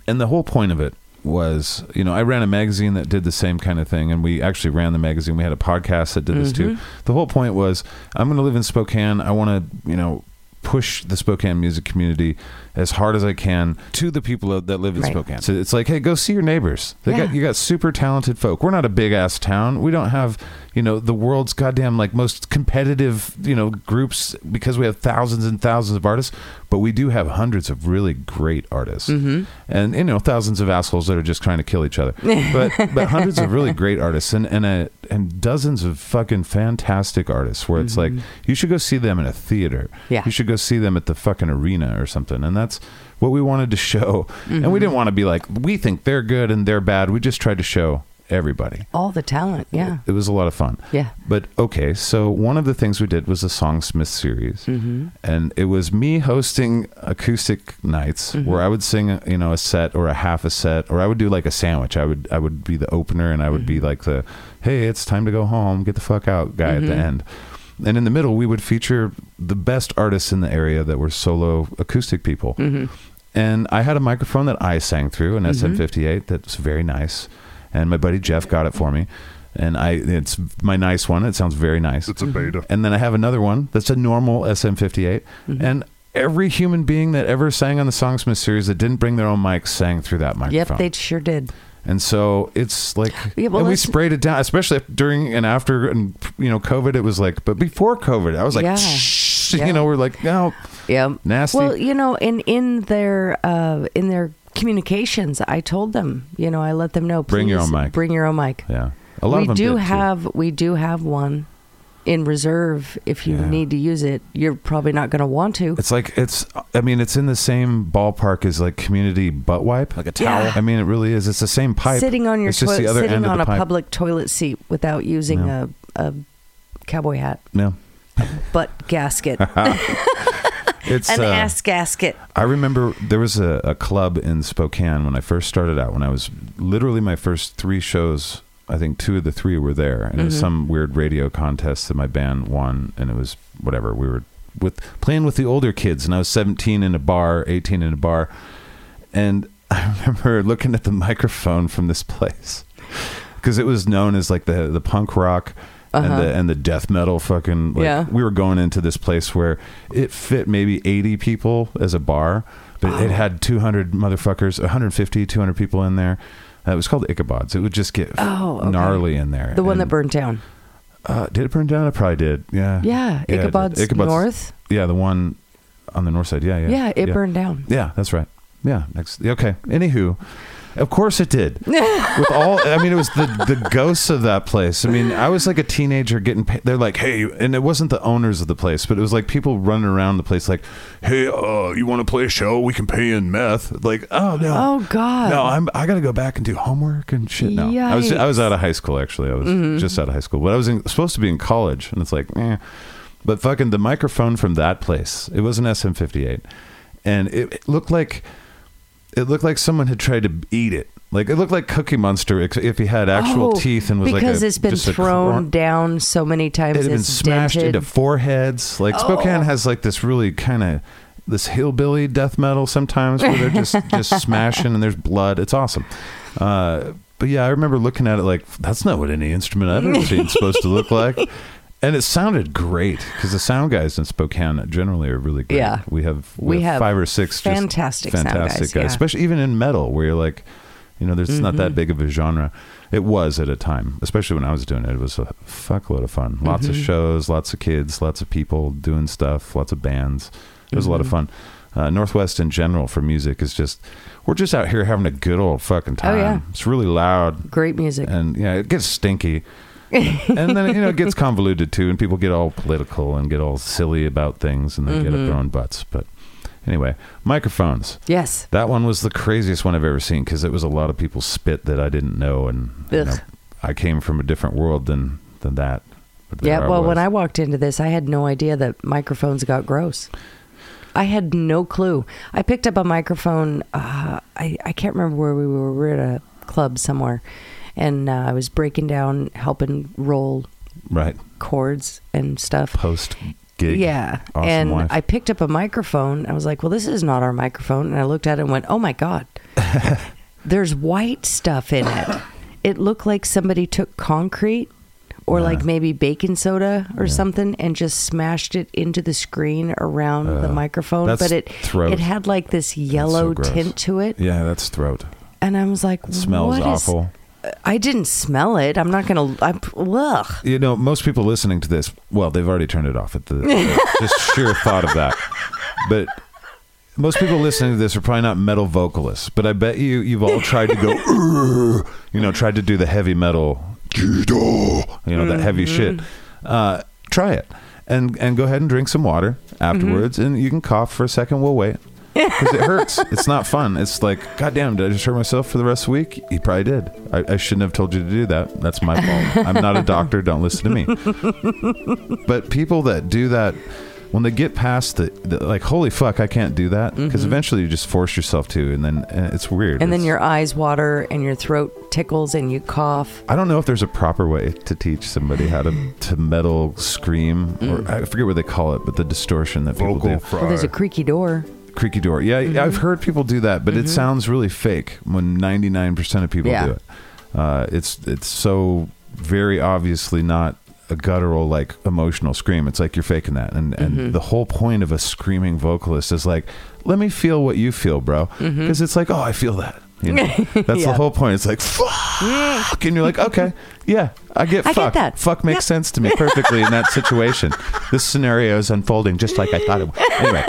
and the whole point of it was, you know, I ran a magazine that did the same kind of thing, and we actually ran the magazine. We had a podcast that did this too. Mm-hmm. The whole point was, I'm going to live in Spokane. I want to, you know, push the Spokane music community as hard as I can to the people that live in Right. Spokane. So it's like, hey, go see your neighbors. They Yeah. got you got super talented folk. We're not a big ass town. We don't have, you know, the world's goddamn like most competitive, you know, groups because we have thousands and thousands of artists, but we do have hundreds of really great artists. Mm-hmm. And you know, thousands of assholes that are just trying to kill each other. But but hundreds of really great artists and and a, and dozens of fucking fantastic artists where it's like you should go see them in a theater. Yeah. You should go see them at the fucking arena or something. And that's what we wanted to show. And we didn't want to be like, we think they're good and they're bad. We just tried to show everybody. All the talent. Yeah. It was a lot of fun. Yeah. But okay, so one of the things we did was the Songsmith series. Mm-hmm. And it was me hosting acoustic nights Mm-hmm. where I would sing, you know, a set or a half a set, or I would do like a sandwich. I would I would be the opener and I would be Mm-hmm. like the, hey, it's time to go home, get the fuck out guy Mm-hmm. at the end. And in the middle, we would feature the best artists in the area that were solo acoustic people. Mm-hmm. And I had a microphone that I sang through, an SM58 that's very nice. And my buddy Jeff got it for me. And I, it's my nice one. It sounds very nice. It's a Mm-hmm. beta. And then I have another one that's a normal SM58. Mm-hmm. And every human being that ever sang on the Songsmith series that didn't bring their own mic sang through that microphone. Yep, they sure did. And so it's like, Yeah, well, and we let's- sprayed it down, especially during and after, and you know, COVID. It was like, but before COVID, I was like, Yeah. "Shh," Yeah. you know, we're like, no, Yeah. Nasty. Well, you know, in in their uh, in their communications, I told them, you know, I let them know. Bring your please own mic. Bring your own mic. yeah. A lot we of them do did, too. have we do have one in reserve if you need to use it. You're probably not going to want to. It's like it's. I mean, it's in the same ballpark as like community butt wipe, like a towel. Yeah. I mean, it really is. It's the same pipe. sitting on your It's just toilet, the other sitting end of on the a pipe. public toilet seat without using a, a cowboy hat, No, butt gasket, it's an uh, ass gasket. I remember there was a, a club in Spokane when I first started out. When I was literally my first three shows, I think two of the three were there, and it Mm-hmm. was some weird radio contest that my band won, and it was whatever. We were with playing with the older kids, and I was 17 in a bar, 18 in a bar, and I remember looking at the microphone from this place because it was known as like the the punk rock. And the and the death metal fucking like, Uh-huh. Yeah. we were going into this place where it fit maybe 80 people as a bar, but it had 200 motherfuckers, 150, 200 people in there. Uh, it was called Ichabod's. It would just get Oh, okay. gnarly in there. The one that And, burned down. Uh, did it burn down? It probably did. Yeah. Yeah, it did. Ichabod's, North. Yeah, the one on the north side. Yeah, yeah. Yeah, it burned down. Yeah, that's right. Yeah, next. Okay. Anywho, of course it did. With all, I mean, it was the the ghosts of that place. I mean, I was like a teenager getting. Paid. They're like, hey, and it wasn't the owners of the place, but it was like people running around the place, like, hey, uh, you want to play a show? We can pay you in meth. Like, oh no, Oh, God. no, I'm I gotta go back and do homework and shit. No, I was I was Yikes. Mm-hmm. out of high school actually. I was just out of high school, but I was in, supposed to be in college, and it's like, eh. but fucking the microphone from that place. It was an SM58, and it, it looked like it looked like someone had tried to eat it. Like it looked like Cookie Monster ex- if he had actual Oh, teeth and was like because a- it's been just a thrown cor- down so many times. it had been it's smashed dented. Oh. into foreheads. Like Spokane has like this really kind of this hillbilly death metal sometimes where they're just just smashing and there's blood. It's awesome. Uh, but yeah, I remember looking at it like that's not what any instrument I've ever seen is supposed to look like. And it sounded great because the sound guys in Spokane generally are really great. Yeah. we have We we, have have five or six just fantastic sound fantastic guys, yeah. especially even in metal where you're like, you know, there's not Mm-hmm. that big of a genre. It was at a time, especially when I was doing it. It was a fuckload of fun. Lots Mm-hmm. of shows, lots of kids, lots of people doing stuff, lots of bands. It was a lot of fun. Mm-hmm. Uh, Northwest in general for music is just we're just out here having a good old fucking time. Oh, yeah. It's really loud Great music. and yeah, it gets stinky. and then you know it gets convoluted too, and people get all political and get all silly about things, and they get Mm-hmm. up their own butts. But anyway, microphones. yes. That one was the craziest one I've ever seen because it was a lot of people spit that I didn't know, and you Ugh. know, I came from a different world than than that. But Yeah. there Well, when I was. walked into this, I had no idea that microphones got gross. I had no clue. I picked up a microphone. Uh, I I can't remember where we were. We were at a club somewhere, and uh, I was breaking down, helping roll right chords and stuff. post gig, Yeah. awesome and wife. I picked up a microphone. I was like, well, this is not our microphone. And I looked at it and went, oh my God, there's white stuff in it. It looked like somebody took concrete or like maybe baking soda or something and just smashed it into the screen around the microphone. Uh, that's But it throat. it had like this yellow gross. tint to it. yeah, that's throat And I was like, smells what is- awful. I didn't smell it. I'm not going to. Ugh. You know, most people listening to this, well, they've already turned it off at the just sheer thought of that. But most people listening to this are probably not metal vocalists, but I bet you you've all tried to go, "Urgh," you know, tried to do the heavy metal, you know, that heavy Mm-hmm. shit. Uh, try it, and and go ahead and drink some water afterwards, Mm-hmm. and you can cough for a second. We'll wait. Because it hurts. It's not fun. It's like, goddamn, did I just hurt myself for the rest of the week? You probably did. I, I shouldn't have told you to do that. That's my fault. I'm not a doctor. Don't listen to me but people that do that when they get past the, the like holy fuck i can't do that because eventually you just force yourself to and then uh, it's weird Mm-hmm. And then It's- your eyes water and your throat tickles and you cough. i don't know if there's a proper way to teach somebody how to, to metal scream Mm. or i forget what they call it but the distortion that people Vocal do fry. Well, there's a creaky door. creaky door yeah Mm-hmm. i've heard people do that but it sounds really fake when 99% of people Yeah. do it uh, it's it's so very obviously not a guttural like emotional scream it's like you're faking that and and Mm-hmm. the whole point of a screaming vocalist is like let me feel what you feel bro because it's like oh i feel that you know? that's the Mm-hmm. Yeah. whole point it's like fuck and you're like okay yeah i get I get fuck that. fuck makes sense to me perfectly in that situation this scenario is unfolding just like i thought it would anyway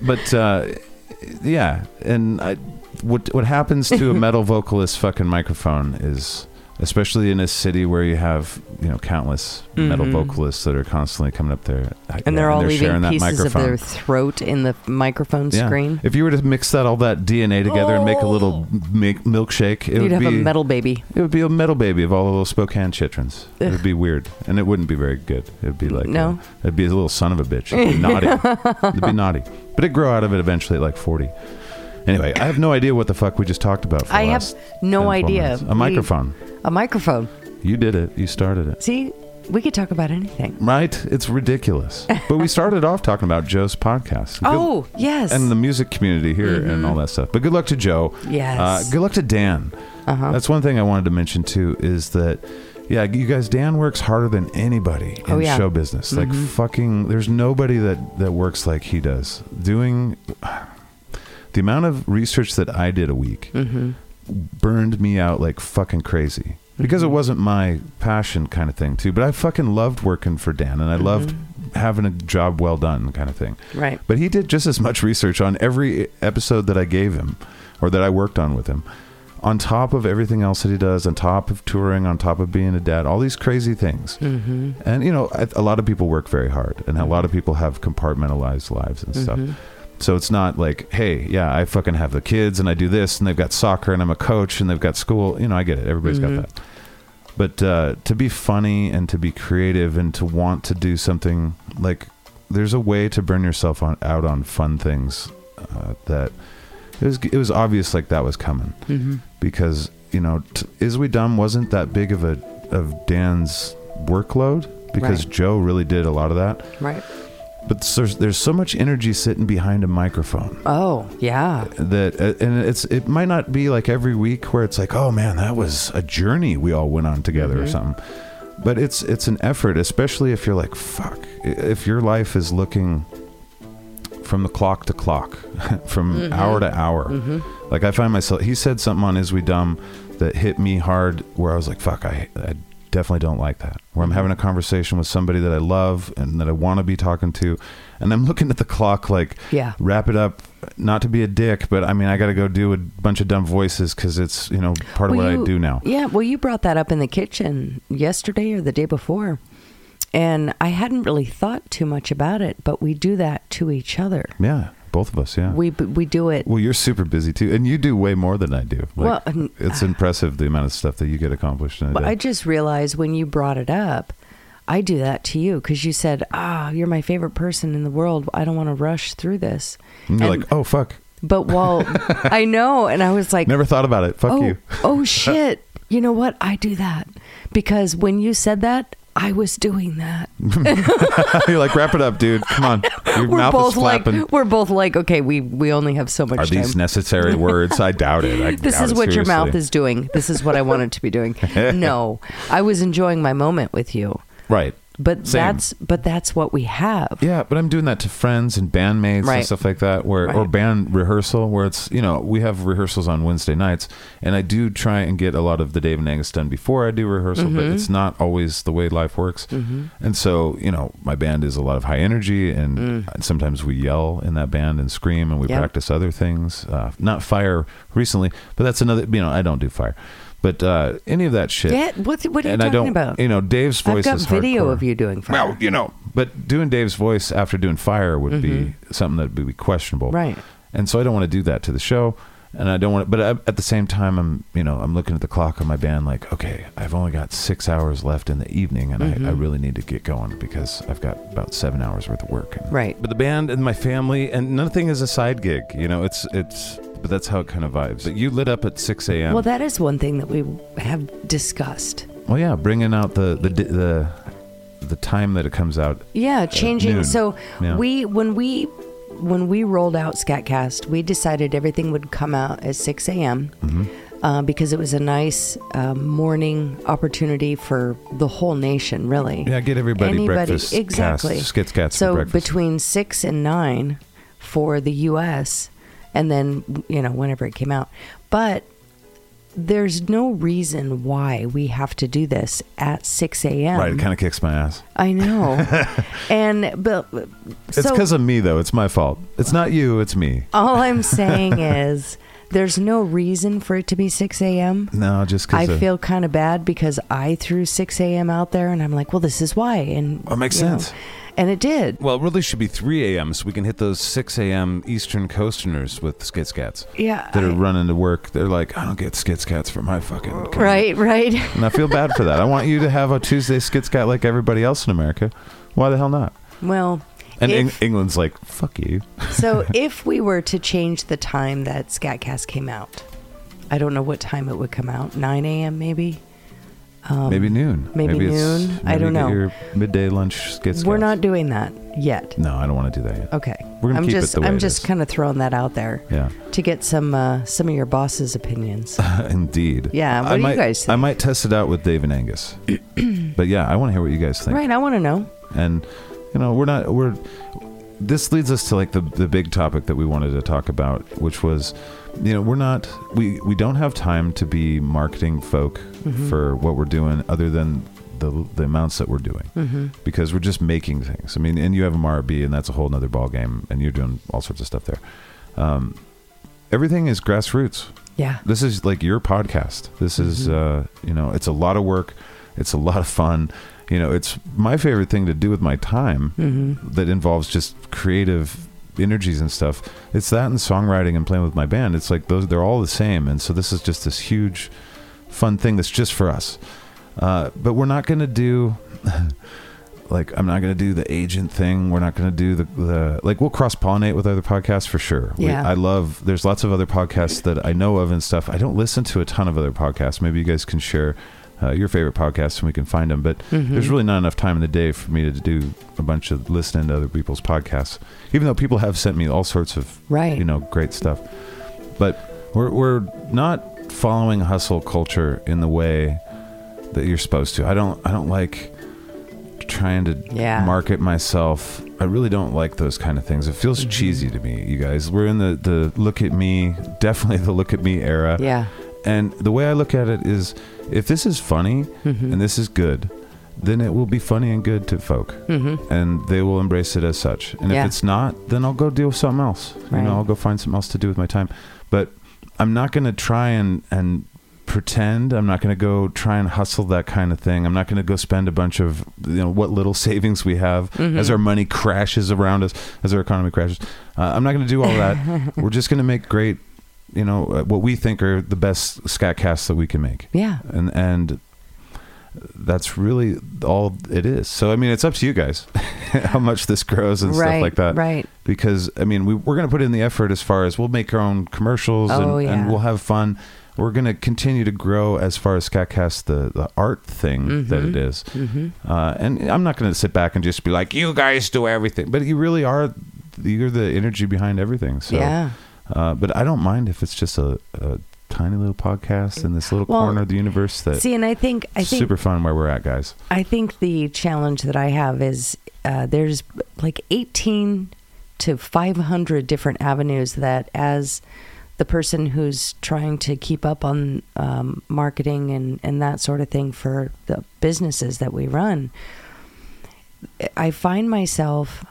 but uh, yeah, and I, what what happens to a metal vocalist fucking microphone is especially in a city where you have you know countless metal Mm-hmm. vocalists that are constantly coming up there, I- And they're all sharing leaving that pieces of microphone. their throat in the microphone Yeah. screen. Oh. If you were to mix that all that DNA together and make a little mi- milkshake, it You'd would have be a metal baby. It would be a metal baby of all the little Spokane chitrons. It would be weird, and it wouldn't be very good. It'd be like No. a- it'd be a little son of a bitch. It'd be naughty. It'd be naughty, but it'd grow out of it eventually at like forty. Anyway, I have no idea what the fuck we just talked about. For the I have last no 10, 12 idea. minutes. A We- microphone. A microphone. You did it. You started it. See, we could talk about anything. Right? It's ridiculous. But we started off talking about Joe's podcast. Good- Oh, yes. Mm-hmm. and the music community here and all that stuff. But good luck to Joe. Yes. Uh, good luck to Dan. Uh-huh. That's one thing I wanted to mention too is that, yeah, you guys, Dan works harder than anybody in Oh, yeah. show business. Like fucking, there's nobody that that works like he does. Doing the amount of research that I did a week Mm-hmm. burned me out like fucking crazy because Mm-hmm. it wasn't my passion kind of thing too. But I fucking loved working for Dan and I loved having a job well done kind of thing. Mm-hmm. Right. But he did just as much research on every episode that I gave him or that I worked on with him. On top of everything else that he does, on top of touring, on top of being a dad, all these crazy things. Mm-hmm. And, you know, I- a lot of people work very hard and a lot of people have compartmentalized lives and stuff. So it's not like, hey, yeah, I fucking have the kids and I do this and they've got soccer and I'm a coach and they've got school. You know, I get it. Everybody's got that. But uh, to be funny and to be creative and to want to do something like there's a way to burn yourself on, out on fun things uh, that it was it was obvious like that was coming because you know t- is we dumb wasn't that big of a of Dan's workload because Right. Joe really did a lot of that right. but there's, there's so much energy sitting behind a microphone Oh, yeah. that uh, and it's it might not be like every week where it's like oh man that was a journey we all went on together or something but it's it's an effort especially if you're like fuck i- if your life is looking from the clock to clock from Mm-hmm. hour to hour like i find myself he said something on is we dumb that hit me hard where i was like fuck i, I definitely don't like that where i'm Mm-hmm. having a conversation with somebody that i love and that i want to be talking to and i'm looking at the clock like Yeah. wrap it up not to be a dick but i mean i gotta go do a bunch of dumb voices because it's you know part of Well, what you- i do now Yeah, well, you brought that up in the kitchen yesterday or the day before. And I hadn't really thought too much about it, but we do that to each other. yeah both of us yeah We we do it. Well, you're super busy too, and you do way more than I do. Well, Like, and- it's impressive the amount of stuff that you get accomplished in a But day. I just realized when you brought it up, I do that to you because you said, "Ah, you're my favorite person in the world. I don't want to rush through this." and you're And- like, oh fuck, But while I know, and I was like, never thought about it. Fuck oh, you. oh shit! You know what? I do that because when you said that, I was doing that. you're like, wrap it up, dude. Come on, your Oh. we're mouth both is flapping. like, we're both like, okay, we we only have so much Are time. these necessary words? I doubt it. I this doubt is it, what your mouth seriously. is doing. This is what I wanted to be doing. No, I was enjoying my moment with you, Right. but Same. that's but that's what we have. Yeah, but I'm doing that to friends and bandmates Right. and stuff like that, where or Right. band rehearsal, where it's you know we have rehearsals on Wednesday nights, and I do try and get a lot of the Dave and Angus done before I do rehearsal, but it's Mm-hmm. not always the way life works, and so you know my band is a lot of high energy, and Mm. sometimes we yell in that band and scream, and we Yeah. practice other things, uh, not fire recently, but that's another you know I don't do fire, but uh, any of that shit. Yeah, what what are you and I talking don't, about? you know, Dave's voice I've got is video hardcore. of you doing fire. Well, you know, But doing Dave's voice after doing fire would be something that would be questionable, Mm-hmm. Right. And so I don't want to do that to the show, and I don't want. To, but I, at the same time, I'm you know I'm looking at the clock on my band, like okay, I've only got six hours left in the evening, and I, I Mm-hmm. really need to get going because I've got about seven hours worth of work. And- Right. But the band and my family, and nothing is a side gig. You know, it's it's. But that's how it kind of vibes. But you lit up at six a.m. Well, that is one thing that we have discussed. well, yeah, bringing out the the di- the the time that it comes out. Yeah, changing. noon. So Yeah. we when we when we rolled out Scatcast, we decided everything would come out at six a.m. Mm-hmm. Uh, because it was a nice uh, morning opportunity for the whole nation, really. Yeah, get everybody breakfast cast, exactly. Skits Cats for So breakfast. between six and nine for the U.S. and then you know whenever it came out, but there's no reason why we have to do this at six a.m. Right, it kind of kicks my ass. I know. and but It's so because of me, though. It's my fault. It's not you. It's me. all I'm saying is There's no reason for it to be 6 a.m. No, just I because feel kind of bad because I threw 6 a.m. out there, and I'm like, well, this is why. And Well, it makes you know, sense. and it did. Well, it really should be 3 a.m. so we can hit those 6 a.m. Eastern Coasterners with Skits Cats Yeah. that are I- running to work. They're like, I don't get Skits Cats for my fucking. commute." right, right. And I feel bad for that. I want you to have a Tuesday Skits Cat like everybody else in America. Why the hell not? Well, And Eng- if- England's like, fuck you. so if we were to change the time that Scatcast came out, I don't know what time it would come out. 9 a.m. maybe. maybe noon. Um, maybe noon? I don't get know. Your midday lunch Skits We're Cats. not doing that yet. No, I don't want to do that yet. Okay. We're gonna I'm keep it just the way I'm it just is. kind of throwing that out there Yeah. to get some uh, some of your boss's opinions. Indeed. Yeah, what I do you might, guys I think? might test it out with Dave and Angus. but yeah, I want to hear what you guys think. right, I want to know. And you know, we're not we're this leads us to like the the big topic that we wanted to talk about, which was you know, we're not we we don't have time to be marketing folk Mm-hmm. for what we're doing other than the, the amounts that we're doing Mm-hmm. because we're just making things. I mean, and you have MRB, and that's a whole nother ball game, and you're doing all sorts of stuff there. Um, everything is grassroots Yeah. this is like your podcast. This is uh, you know, it's a lot of work. It's a lot of fun. You know, it's my favorite thing to do with my time that involves just creative energies and stuff. It's that and songwriting and playing with my band. It's like those they're all the same. And so this is just this huge fun thing that's just for us. Uh, but we're not going to do like I'm not going to do the agent thing. We're not going to do the, the like we'll cross pollinate with other podcasts for sure. We- Yeah. I love there's lots of other podcasts that I know of and stuff. I don't listen to a ton of other podcasts. Maybe you guys can share uh, your favorite podcasts and we can find them. But Mm-hmm. there's really not enough time in the day for me to do a bunch of listening to other people's podcasts. Even though people have sent me all sorts of Right. you know great stuff, but we're we're not following hustle culture in the way that you're supposed to. I don't I don't like trying to Yeah. market myself. I really don't like those kind of things. It feels Mm-hmm. cheesy to me, you guys. We're in the the look at me, definitely the look at me era. Yeah. And the way I look at it is if this is funny Mm-hmm. and this is good, then it will be funny and good to folk. Mm-hmm. And they will embrace it as such. And Yeah. if it's not, then I'll go deal with something else. You Right. know, I'll go find something else to do with my time. But I'm not going to try and, and pretend. I'm not going to go try and hustle that kind of thing. I'm not going to go spend a bunch of, you know, what little savings we have Mm-hmm. as our money crashes around us, as our economy crashes. Uh, I'm not going to do all that. We're just going to make great you know uh, what we think are the best scat casts that we can make Yeah. and and that's really all it is so i mean it's up to you guys how much this grows and Right, stuff like that right. because i mean we, we're going to put in the effort as far as we'll make our own commercials Oh, and, and yeah. we'll have fun we're going to continue to grow as far as scatcast the, the art thing Mm-hmm. that it is. uh, and i'm not going to sit back and just be like you guys do everything but you really are you're the energy behind everything so Yeah. uh, but I don't mind if it's just a, a tiny little podcast in this little Well, corner of the universe that See, and I think I think super fun where we're at, guys. I think the challenge that I have is uh, there's like 18 to 500 different avenues that, as the person who's trying to keep up on um, marketing and, and that sort of thing for the businesses that we run, I find myself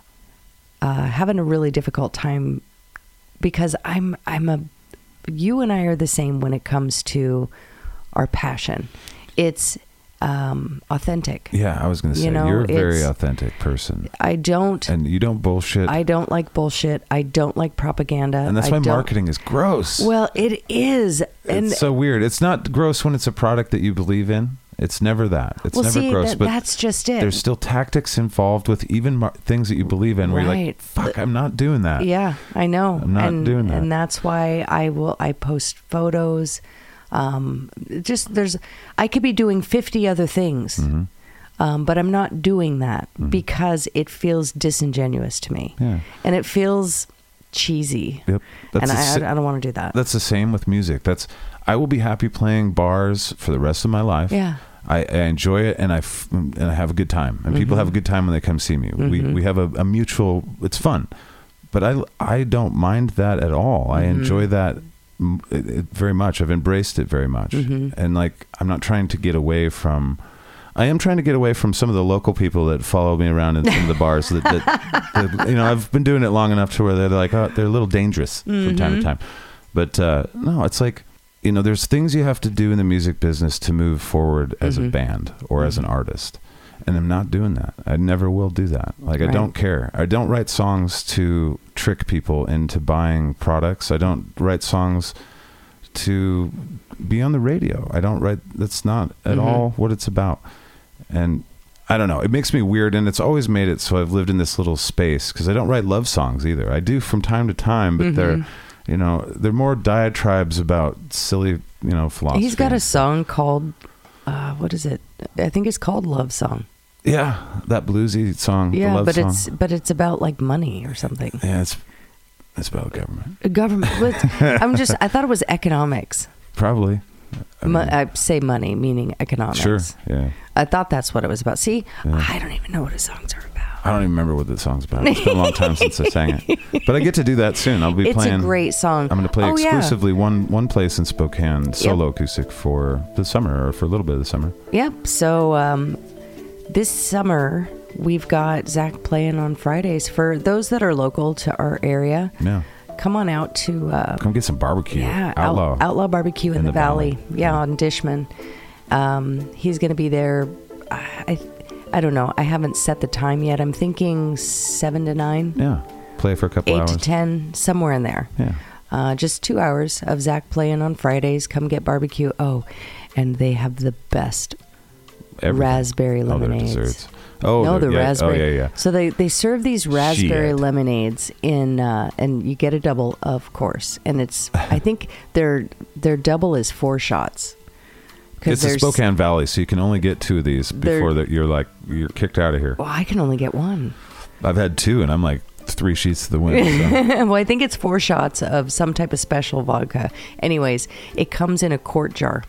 uh, having a really difficult time because I'm I'm a you and I are the same when it comes to our passion. It's um, authentic. Yeah, I was going to You say you know, are a very it's- authentic person, I don't and you don't bullshit. I don't like bullshit. I don't like propaganda. and that's I why don't- marketing is gross. Well, it is, and it's so weird. It's not gross when it's a product that you believe in. It's never that. It's well, never see, gross. that, but that's just it. there's still tactics involved with even mar- things that you believe in. Where you're Right. like, fuck, I'm not doing that. Yeah, I know. I'm not and, doing that. and that's why I will. I post photos. Um, just there's, I could be doing 50 other things, Mm-hmm. um, but I'm not doing that because it feels disingenuous to me, Yeah. and it feels cheesy. Yep. That's and the I, uh, si- I don't want to do that. that's the same with music. That's I will be happy playing bars for the rest of my life. Yeah. I, I enjoy it and I f- and I have a good time and people have a good time when they come see me. We we have a, a mutual. It's fun, but I I don't mind that at all. I enjoy that mm, it, it very much. I've embraced it very much, and like I'm not trying to get away from. I am trying to get away from some of the local people that follow me around in some of the bars. That, that, that you know, I've been doing it long enough to where they're like, oh, they're a little dangerous from time to time. But uh, no, it's like you know, there's things you have to do in the music business to move forward as a band or as an artist. And I'm not doing that. I never will do that. Like I Right. don't care. I don't write songs to trick people into buying products. I don't write songs to be on the radio. I don't write. That's not Mm-hmm. at all what it's about. And I don't know. It makes me weird, and it's always made it so I've lived in this little space because I don't write love songs either. I do from time to time, but they're Mm-hmm. you know they're more diatribes about silly you know philosophy. He's got a song called, uh, what is it? I think it's called Love Song. yeah that bluesy song. the Yeah, love but song. it's but it's about like money or something. yeah it's it's about government A Government. but I'm just. I thought it was economics. probably. Mo- I say money meaning economics. Sure. Yeah. I thought that's what it was about. See, I don't even know what his songs are about. I don't even remember what the song's about. It's been a long time since I sang it, but I get to do that soon. I'll be it's playing. a great song. I'm going to play Oh, yeah. exclusively one one place in Spokane solo acoustic for the summer or for a little bit of the summer. Yep. So um, this summer we've got Zach playing on Fridays. For those that are local to our area, Yeah, come on out to uh, come get some barbecue. yeah Out- outlaw. Outlaw Barbecue in, the, valley. Yeah, on Dishman. Um, he's going to be there. I I don't know. I haven't set the time yet. I'm thinking seven to nine. Yeah, play for a couple eight hours. to ten, somewhere in there. Yeah. Uh, just two hours of Zach playing on Fridays. Come get barbecue. Oh, and they have the best Everything. raspberry Oh, they're lemonades. desserts. Oh, no, the they're- yeah, raspberry. Oh, yeah, yeah. So they, they serve these raspberry Shit. lemonades in, uh, and you get a double, of course. And it's I think their their double is four shots. 'Cause It's the there's- Spokane Valley, so you can only get two of these They're- before that you're like you're kicked out of here. Well, I can only get one. I've had two, and I'm like three sheets to the wind. so. well, I think it's four shots of some type of special vodka. Anyways, it comes in a quart jar,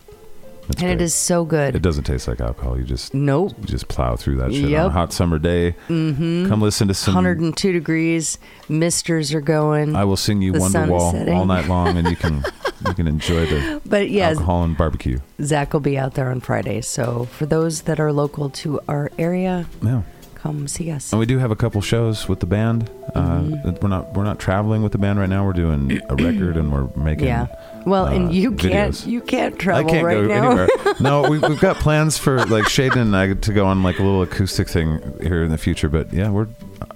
It's and great. it is so good. It doesn't taste like alcohol. You just Nope. you just plow through that shit on a Yep. hot summer day. Mm-hmm. Come listen to some 102 degrees. Misters are going. I will sing you The sun is Wonderwall setting. all night long, and you can you can enjoy the but yeah, alcohol and barbecue. Zach will be out there on Friday. So for those that are local to our area, Yeah, come see us. and we do have a couple shows with the band. Mm-hmm. Uh, we're not we're not traveling with the band right now. We're doing a record, and we're making. yeah. Well, uh, and you can't videos. you can't I travel can't right go now. anywhere. No, we, we've got plans for like Shaden and I to go on like a little acoustic thing here in the future. But yeah, we're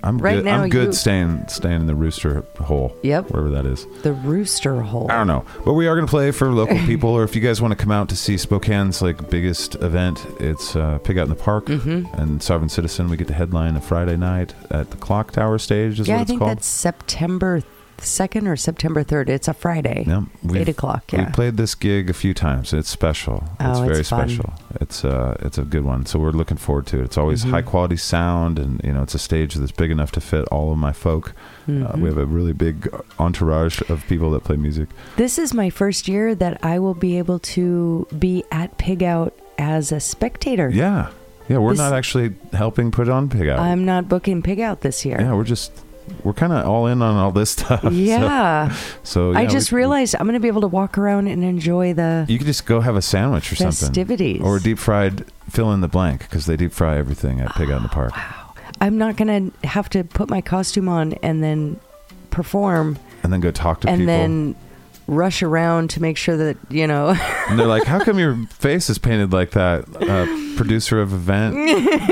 I'm Right good. now I'm good you- staying staying in the rooster hole. Yep. wherever that is. The Rooster Hole. I don't know, but we are going to play for local people. Or if you guys want to come out to see Spokane's like biggest event, it's uh, Pig Out in the Park Mm-hmm. and Sovereign Citizen. We get to headline a Friday night at the Clock Tower stage. Is yeah, what I it's think called. that's September second or September third. It's a Friday. Yeah, we've- Eight o'clock. We Yeah. played this gig a few times. It's special. Oh, it's it's very fun. special. It's uh, it's a good one. So we're looking forward to it. It's Mm-hmm. always high quality sound, and you know, it's a stage that's big enough to fit all of my folk. Uh, Mm-hmm. we have a really big entourage of people that play music. This is my first year that I will be able to be at Pig Out as a spectator. Yeah, yeah. We're This- not actually helping put on Pig Out. I'm not booking Pig Out this year. yeah, we're just we're kind of all in on all this stuff. so- Yeah. So, I yeah, just we- realized I'm going to be able to walk around and enjoy the. you could just go have a sandwich or Festivities. something, or deep fried fill in the blank because they deep fry everything at Pig Out in Oh, the Park. I'm not going to have to put my costume on and then perform and then go talk to and people. then rush around to make sure that, you know, and they're like, "How come your face is painted like that?" Uh, producer of event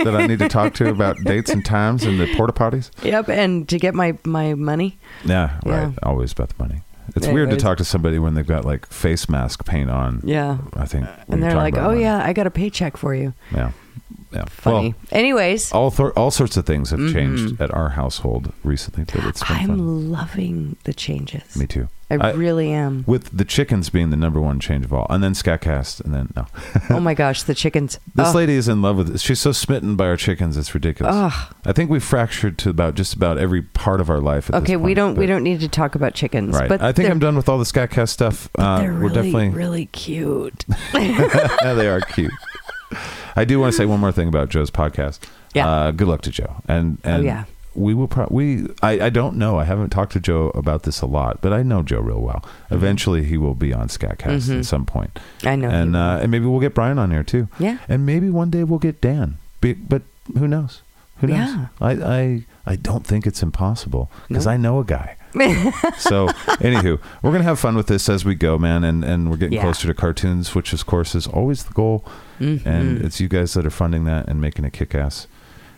that I need to talk to about dates and times and the porta potties. yep, and to get my, my money. Yeah, right. Yeah. Always about the money. It's Yeah, weird to always. talk to somebody when they've got like face mask paint on. Yeah. I think. when And you're they're talking like, about oh, money." yeah, I got a paycheck for you. yeah, yeah. Funny. Mm-hmm. Well, oh, Anyways, all thor all sorts of things have changed at our household recently, but it's been I'm fun. loving the changes. Me too. I, I- really am. With the chickens being the number one change of all, and then Scatcast, and then no. oh my gosh, the chickens. This Oh, lady is in love with it. She's so smitten by our chickens, it's ridiculous. Ugh. I think we fractured to about just about every part of our life. At this okay, we point, don't we but- don't need to talk about chickens. Right. But I think they're- I'm done with all the Scatcast stuff. Uh, They're we're really, definitely. really cute. yeah, they are cute. I do want to say one more thing about Joe's podcast. Yeah. Oh, Uh, good luck to Joe. And and yeah. we will pro- we I, I don't know. I haven't talked to Joe about this a lot, but I know Joe real well. Eventually he will be on Scatcast at some point. Mm-hmm. I know he And uh, and maybe we'll get Brian on here too. Yeah. And maybe one day we'll get Dan. Be, but who knows? Who knows? Yeah. I, I I don't think it's impossible because Nope. I know a guy so, anywho, we're gonna have fun with this as we go, man, and and we're getting Yeah. closer to cartoons, which of course is always the goal, Mm-hmm. and it's you guys that are funding that and making it kick ass.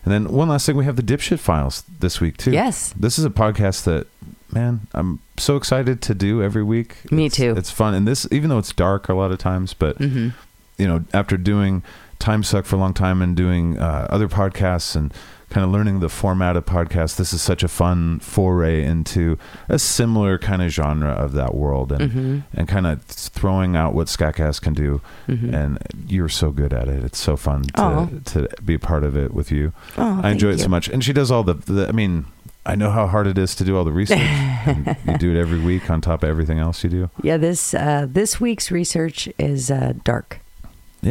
And then one last thing, we have the dipshit files this week too. Yes. this is a podcast that, man, I'm so excited to do every week. Me It's- too. It's fun, and this even though it's dark a lot of times, but Mm-hmm. you know, after doing Time Suck for a long time and doing uh, other podcasts and kind of learning the format of podcasts, this is such a fun foray into a similar kind of genre of that world and Mm-hmm. and kind of throwing out what Scatcast can do. And you're so good at it. It's so fun Mm-hmm. Aw. to, to be a part of it with you. Aw, I enjoy thank it so you. much. And she does all the, the I mean, I know how hard it is to do all the research. and you do it every week on top of everything else you do. Yeah, this uh, this week's research is uh, dark.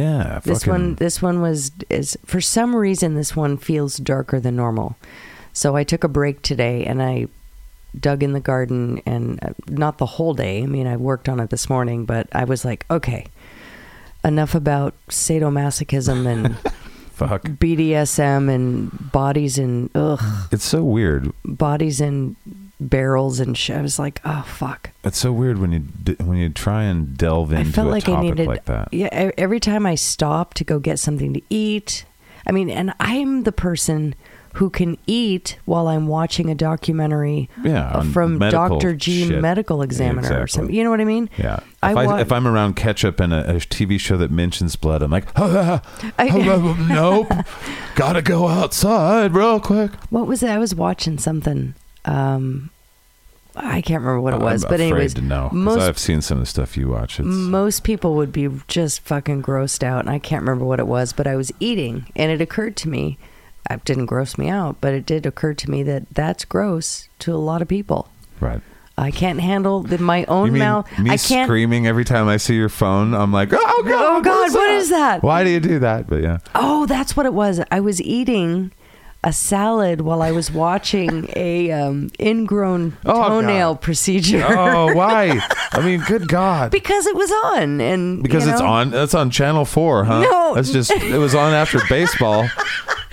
Yeah. This fucking- one this one was is for some reason this one feels darker than normal. So I took a break today and I dug in the garden and uh, not the whole day. I mean, I worked on it this morning, but I was like, okay, enough about sadomasochism and Fuck. BDSM and bodies and ugh, It's so weird bodies and barrels and shit. I was like, oh fuck. It's so weird when you d- when you try and delve into I felt a like I topic needed like that. Yeah, e- every time I stop to go get something to eat, I mean, and I'm the person who can eat while I'm watching a documentary Yeah, uh, on from medical Dr. G shit. Medical Yeah, Examiner or something. exactly. You know what I mean? Yeah, if, I, I wa- if I'm around ketchup and a, a TV show that mentions blood, I'm like, I- nope, gotta go outside real quick. what was it? I was watching something. Um, I can't remember what it was, I'm but afraid anyways, to know 'cause most I've seen some of the stuff you watch. It's, most people would be just fucking grossed out and i can't remember what it was but i was eating and it occurred to me it didn't gross me out but it did occur to me that that's gross to a lot of people right. i can't handle the, my own You mean mouth me Oh, i can't screaming every time I see your phone? I'm like, oh god, oh what god is what that? is that Why do you do that? But yeah, oh that's what it was i was eating a salad while i was watching a um, ingrown Oh, toenail God. procedure oh why? I mean, good god. because it was on and Because you it's know, on. That's on Channel Four, huh? No. that's just it was on after baseball.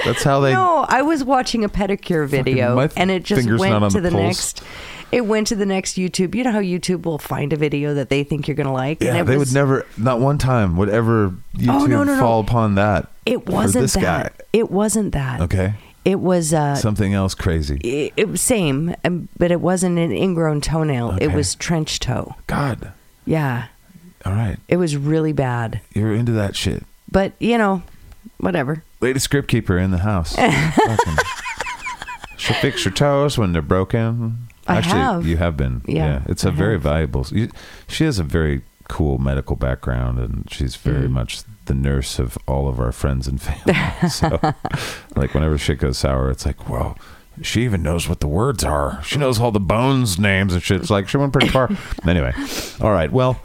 That's how they. No, I was watching a pedicure video, my and it just finger's not went on to the the, pulse. next. It went to the next YouTube. You know how YouTube will find a video that they think you're gonna like. Yeah, and it they was, would never. Not one time would ever YouTube Oh, no, no, no. fall upon that. It for wasn't this that. guy. It wasn't that. Okay, It was uh, something else crazy. it, it was same, um, but it wasn't an ingrown toenail. It Okay. was trench toe. God, Yeah, all right, it was really bad. you're into that shit. But you know, whatever. Lady script keeper in the house. Fucking- She'll fix your toes when they're broken. I Actually, have. you have been. Yeah, it's a I very have. valuable. You, she has a very cool medical background, and she's very Mm. much the nurse of all of our friends and family. so, like whenever shit goes sour, it's like, whoa. She even knows what the words are. She knows all the bones names and shit. It's like she went pretty far. anyway, all right. Well,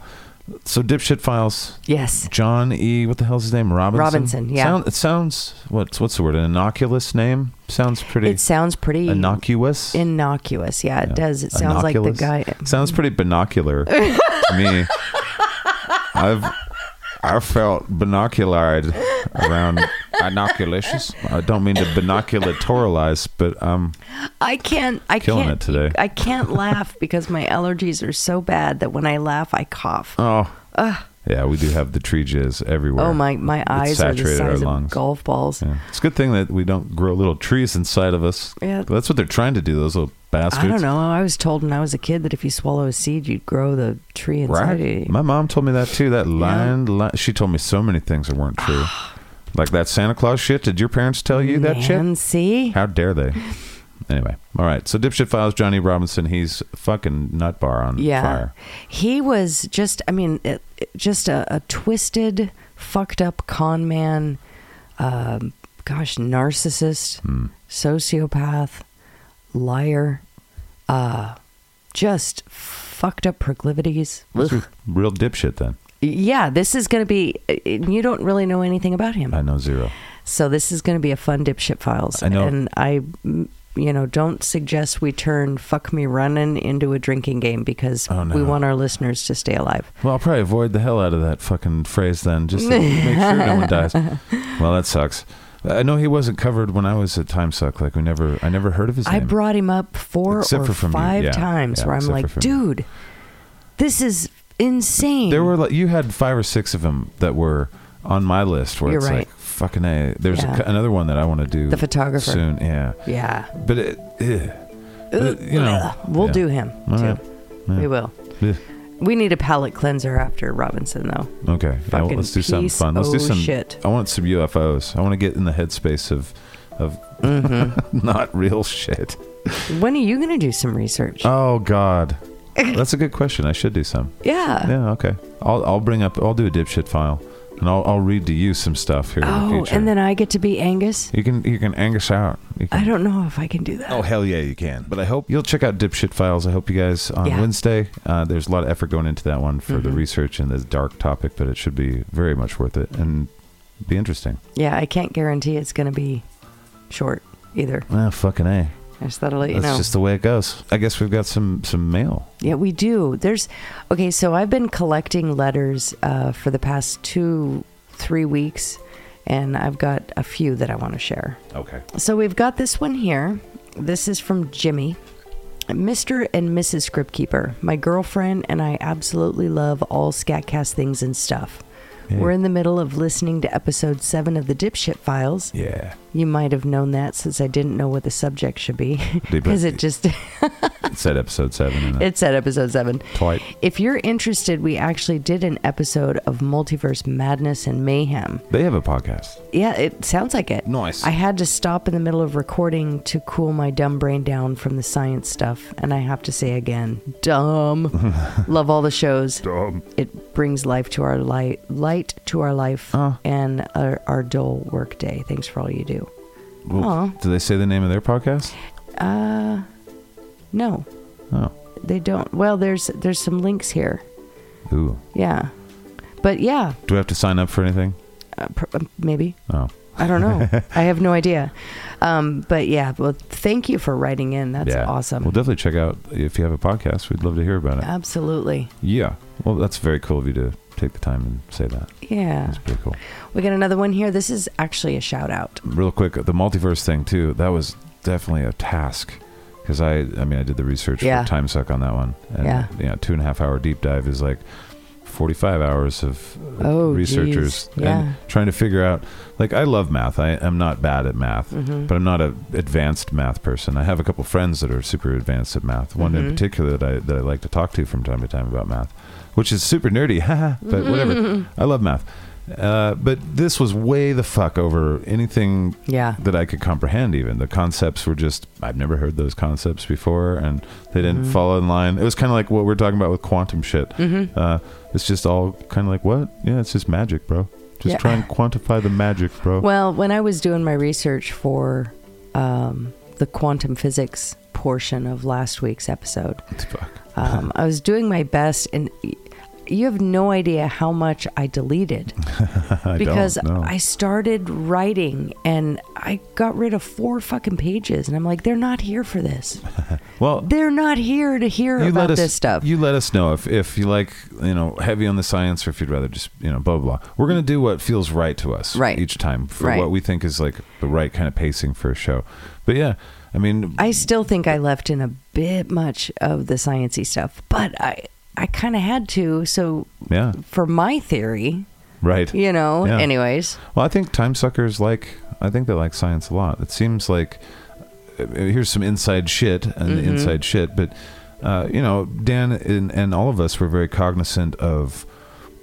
so dipshit files. Yes. John E. What the hell's his name? Robinson. Robinson, yeah. Sound, it sounds what's what's the word? An innocuous name sounds pretty It sounds pretty innocuous. innocuous. Yeah, it Yeah. does. It sounds Innocuous? like the guy. sounds pretty binocular to me. I've I felt binocularized around Inoculicious. I don't mean to binoculatorialize, but um, I can't. I Killing can't it today. I can't laugh because my allergies are so bad that when I laugh, I cough. Oh, oh, yeah, we do have the tree jizz everywhere. my! My It's eyes are the saturated our size of lungs. golf balls. Yeah. It's a good thing that we don't grow little trees inside of us. Yeah. that's what they're trying to do. Those little bastards. I don't know. I was told when I was a kid that if you swallow a seed, you'd grow the tree Right. inside you. My mom told me that too. That lying, li- she told me so many things that weren't true. like that Santa Claus shit. Did your parents tell you that Man, shit? see, How dare they? Anyway, all right. So dipshit files Johnny Robinson. He's fucking nut bar on yeah, fire. he was just. I mean, it, it- just a, a twisted, fucked up con man. Um, gosh, narcissist, sociopath, liar. Uh, just fucked up proclivities. That's Ugh. a real dipshit. Then Yeah, this is going to be. You don't really know anything about him, I know zero. so this is going to be a fun dipshit files. I know. and I, mm, you know, don't suggest we turn "fuck me running" into a drinking game because Oh, no. we want our listeners to stay alive. Well, I'll probably avoid the hell out of that fucking phrase then, just to make sure no one dies. Well, that sucks. I know he wasn't covered when I was at Timesuck. Like we never, I never heard of his I name. brought him up four Except or for from you, five yeah, times yeah, where I'm except like, for from you. dude, this is insane. there were like you had five or six of them that were on my list. Where You're it's right. like fucking a. There's a Yeah. c another one that I want to do. The photographer. soon. Yeah, yeah. but it, eh. But it- you know, We'll yeah. do him All too. right. Yeah. We will. Yeah. We need a palate cleanser after Robinson though. Okay. Yeah, well, Fucking let's do something piece fun. Let's do o' some. shit. I want some UFOs. I want to get in the headspace of, of Mm-hmm. not real shit. When are you gonna do some research? Oh God, that's a good question. I should do some. yeah. Yeah. Okay. I'll I'll bring up. I'll do a dipshit file, and I'll I'll read to you some stuff here in the Oh, future. and then I get to be Angus. you can you can Angus out. You can, I don't know if I can do that. Oh hell yeah, you can. But I hope you'll check out Dipshit Files. I hope you guys on Yeah. Mm-hmm. Wednesday. Uh, there's a lot of effort going into that one for the research and the dark topic, but it should be very much worth it and be interesting. Yeah, I can't guarantee it's gonna be short either. Ah, fucking a. I just thought I'd let you That's know. just the way it goes. I guess we've got some some mail. Yeah, we do. There's okay. So I've been collecting letters uh, for the past two, three weeks, and I've got a few that I want to share. Okay. So we've got this one here. This is from Jimmy. Mr. and Mrs. Scriptkeeper, my girlfriend and I absolutely love all Scatcast things and stuff. We're in the middle of listening to episode 7 of the Dipshit Files. Yeah. You might have known that since I didn't know what the subject should be Dude, but- because it just It said episode seven in it. it said episode 7. Twite. If you're interested, we actually did an episode of Multiverse Madness and Mayhem. They have a podcast. Yeah, it sounds like it. Nice. I had to stop in the middle of recording to cool my dumb brain down from the science stuff, and I have to say again, dumb. Love all the shows. Um, It brings life to our light, light to our life, and our, our dull work day. Thanks for all you do. Well, Aw. do they say the name of their podcast? No, Oh. they don't. Well, there's there's some links here. Ooh. Yeah, but yeah, Do we have to sign up for anything? uh, pr- uh, maybe. Oh. I don't know. I have no idea. Um, but yeah, well, thank you for writing in. That's yeah. awesome. We'll definitely check out if you have a podcast. We'd love to hear about it. Absolutely. Yeah. Well, that's very cool of you to take the time and say that. Yeah. That's pretty cool. We got another one here. This is actually a shout out. Real quick, the multiverse thing too. That was definitely a task because I, I mean, I did the research Yeah. for time suck on that one. And, Yeah. You know, two and a half hour deep dive is like. 45 hours of uh, Oh, researchers geez. Yeah. and trying to figure out like i love math i am not bad at math Mm-hmm. but i'm not a advanced math person i have a couple friends that are super advanced at math one Mm-hmm. in particular that i that i like to talk to from time to time about math which is super nerdy haha, but Mm-hmm. whatever i love math uh, but this was way the fuck over anything Yeah. that I could comprehend. Even the concepts were just I've never heard those concepts before, and they didn't Mm-hmm. fall in line. It was kind of like what we're talking about with quantum shit. Mm-hmm. Uh, it's just all kind of like what? Yeah, it's just magic, bro. Just Yeah. try and quantify the magic, bro. Well, when I was doing my research for um, the quantum physics portion of last week's episode, Fuck. um, I was doing my best, and y- you have no idea how much I deleted I because don't know. I started writing and I got rid of four fucking pages, and I'm like, they're not here for this. well, They're not here to hear you about let us this stuff. You let us know if if you like you know heavy on the science or if you'd rather just you know blah blah. blah. We're gonna do what feels right to us Right. each time for Right. what we think is like the right kind of pacing for a show. But yeah, I mean, I still think I left in a bit much of the sciency stuff, but I I kind of had to. So yeah, for my theory, right. you know. Yeah. Anyways, Well, I think time suckers like I think they like science a lot. It seems like uh, here's some inside shit and the inside shit, but uh, you know, Dan and, and all of us were very cognizant of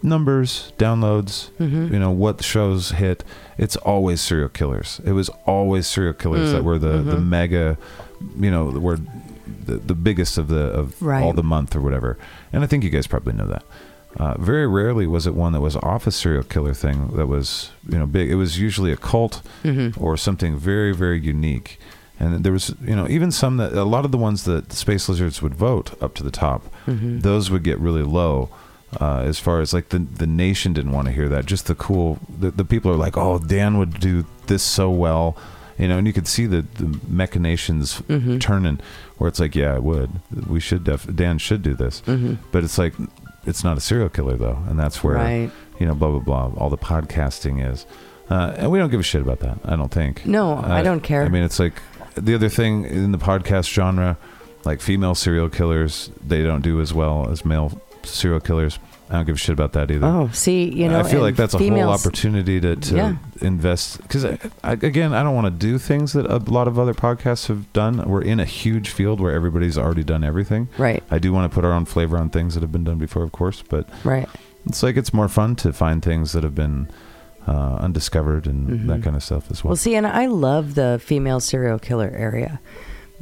numbers, downloads, you know, what shows hit. It's always serial killers. It was always serial killers that were the the mega, you know, were the, the biggest of the of Right. all the month or whatever. And I think you guys probably know that. Uh, very rarely was it one that was off a serial killer thing that was you know big. It was usually a cult or something very very unique. And there was you know even some that a lot of the ones that the space lizards would vote up to the top, those would get really low. Uh, as far as like the the nation didn't want to hear that. Just the cool the, the people are like, oh, Dan would do this so well. You know, and you could see the, the machinations Mm-hmm. turning, where it's like, yeah, I would. We should def- Dan should do this, Mm-hmm. but it's like, it's not a serial killer though, and that's where Right. you know, blah blah blah. All the podcasting is, Uh, and we don't give a shit about that. I don't think. Uh, No, I don't care. I mean, it's like the other thing in the podcast genre, like female serial killers, they don't do as well as male serial killers. I don't give a shit about that either. Oh, see, you know, I feel and like that's a whole females- opportunity to, to Yeah. invest because I, I, again I don't want to do things that a lot of other podcasts have done. We're in a huge field where everybody's already done everything. Right, I do want to put our own flavor on things that have been done before, of course, but right. it's like it's more fun to find things that have been uh, undiscovered and that kind of stuff as well. Mm-hmm. Well, see, and I love the female serial killer area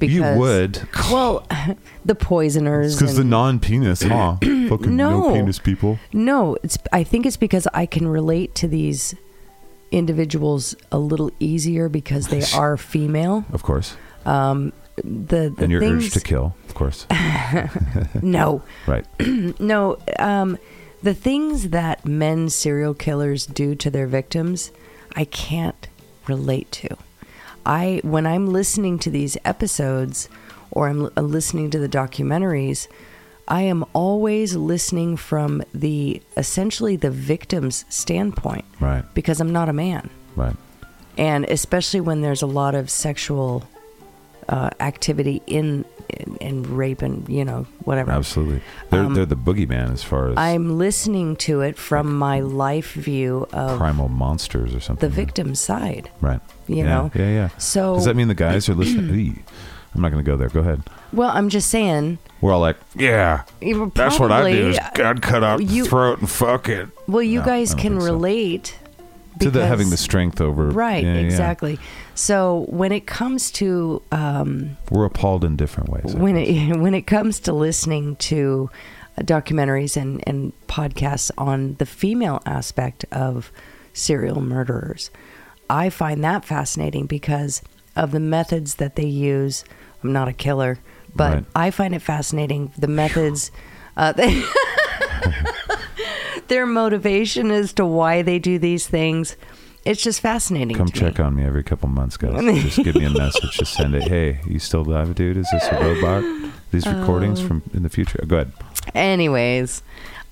you because would Well, the poisoners. because the and- non-penis, huh? Fucking No. no-penis people. no, it's. I think it's because I can relate to these individuals a little easier because they are female. Of course, Um, The, the and your things, urge to kill, of course, No, right? no. Um, the things that men serial killers do to their victims, I can't relate to. I when I'm listening to these episodes or I'm l- uh, listening to the documentaries, I am always listening from the essentially the victim's standpoint, Right. Because I'm not a man Right. and especially when there's a lot of sexual uh, activity in, in in rape and you know whatever. Um, Absolutely. They're, they're the boogeyman as far as I'm listening to it from my life view of primal monsters or the something. victim's side. Right. you yeah. know? Yeah, yeah. So- Does that mean the guys are listening? Eee. I'm not going to go there. Go ahead. Well, I'm just saying. We're all like, Yeah. you were That's what I do. Is probably- God cut out you- the throat and fuck it. Well, you No, guys I don't can think so. relate to the having the because- strength over. Right, Yeah, yeah, yeah. exactly. So when it comes to um, We're appalled in different ways. I when guess. it when it comes to listening to uh, documentaries and and podcasts on the female aspect of serial murderers, I find that fascinating because of the methods that they use. I'm not a killer, but Right. I find it fascinating the methods. Uh, their motivation as to why they do these things. It's just fascinating. Come to check me. on me every couple months, guys. Just give me a message. Just send it. Hey, you still alive, dude? Is this a robot? These recordings from in the future. Go ahead. Anyways,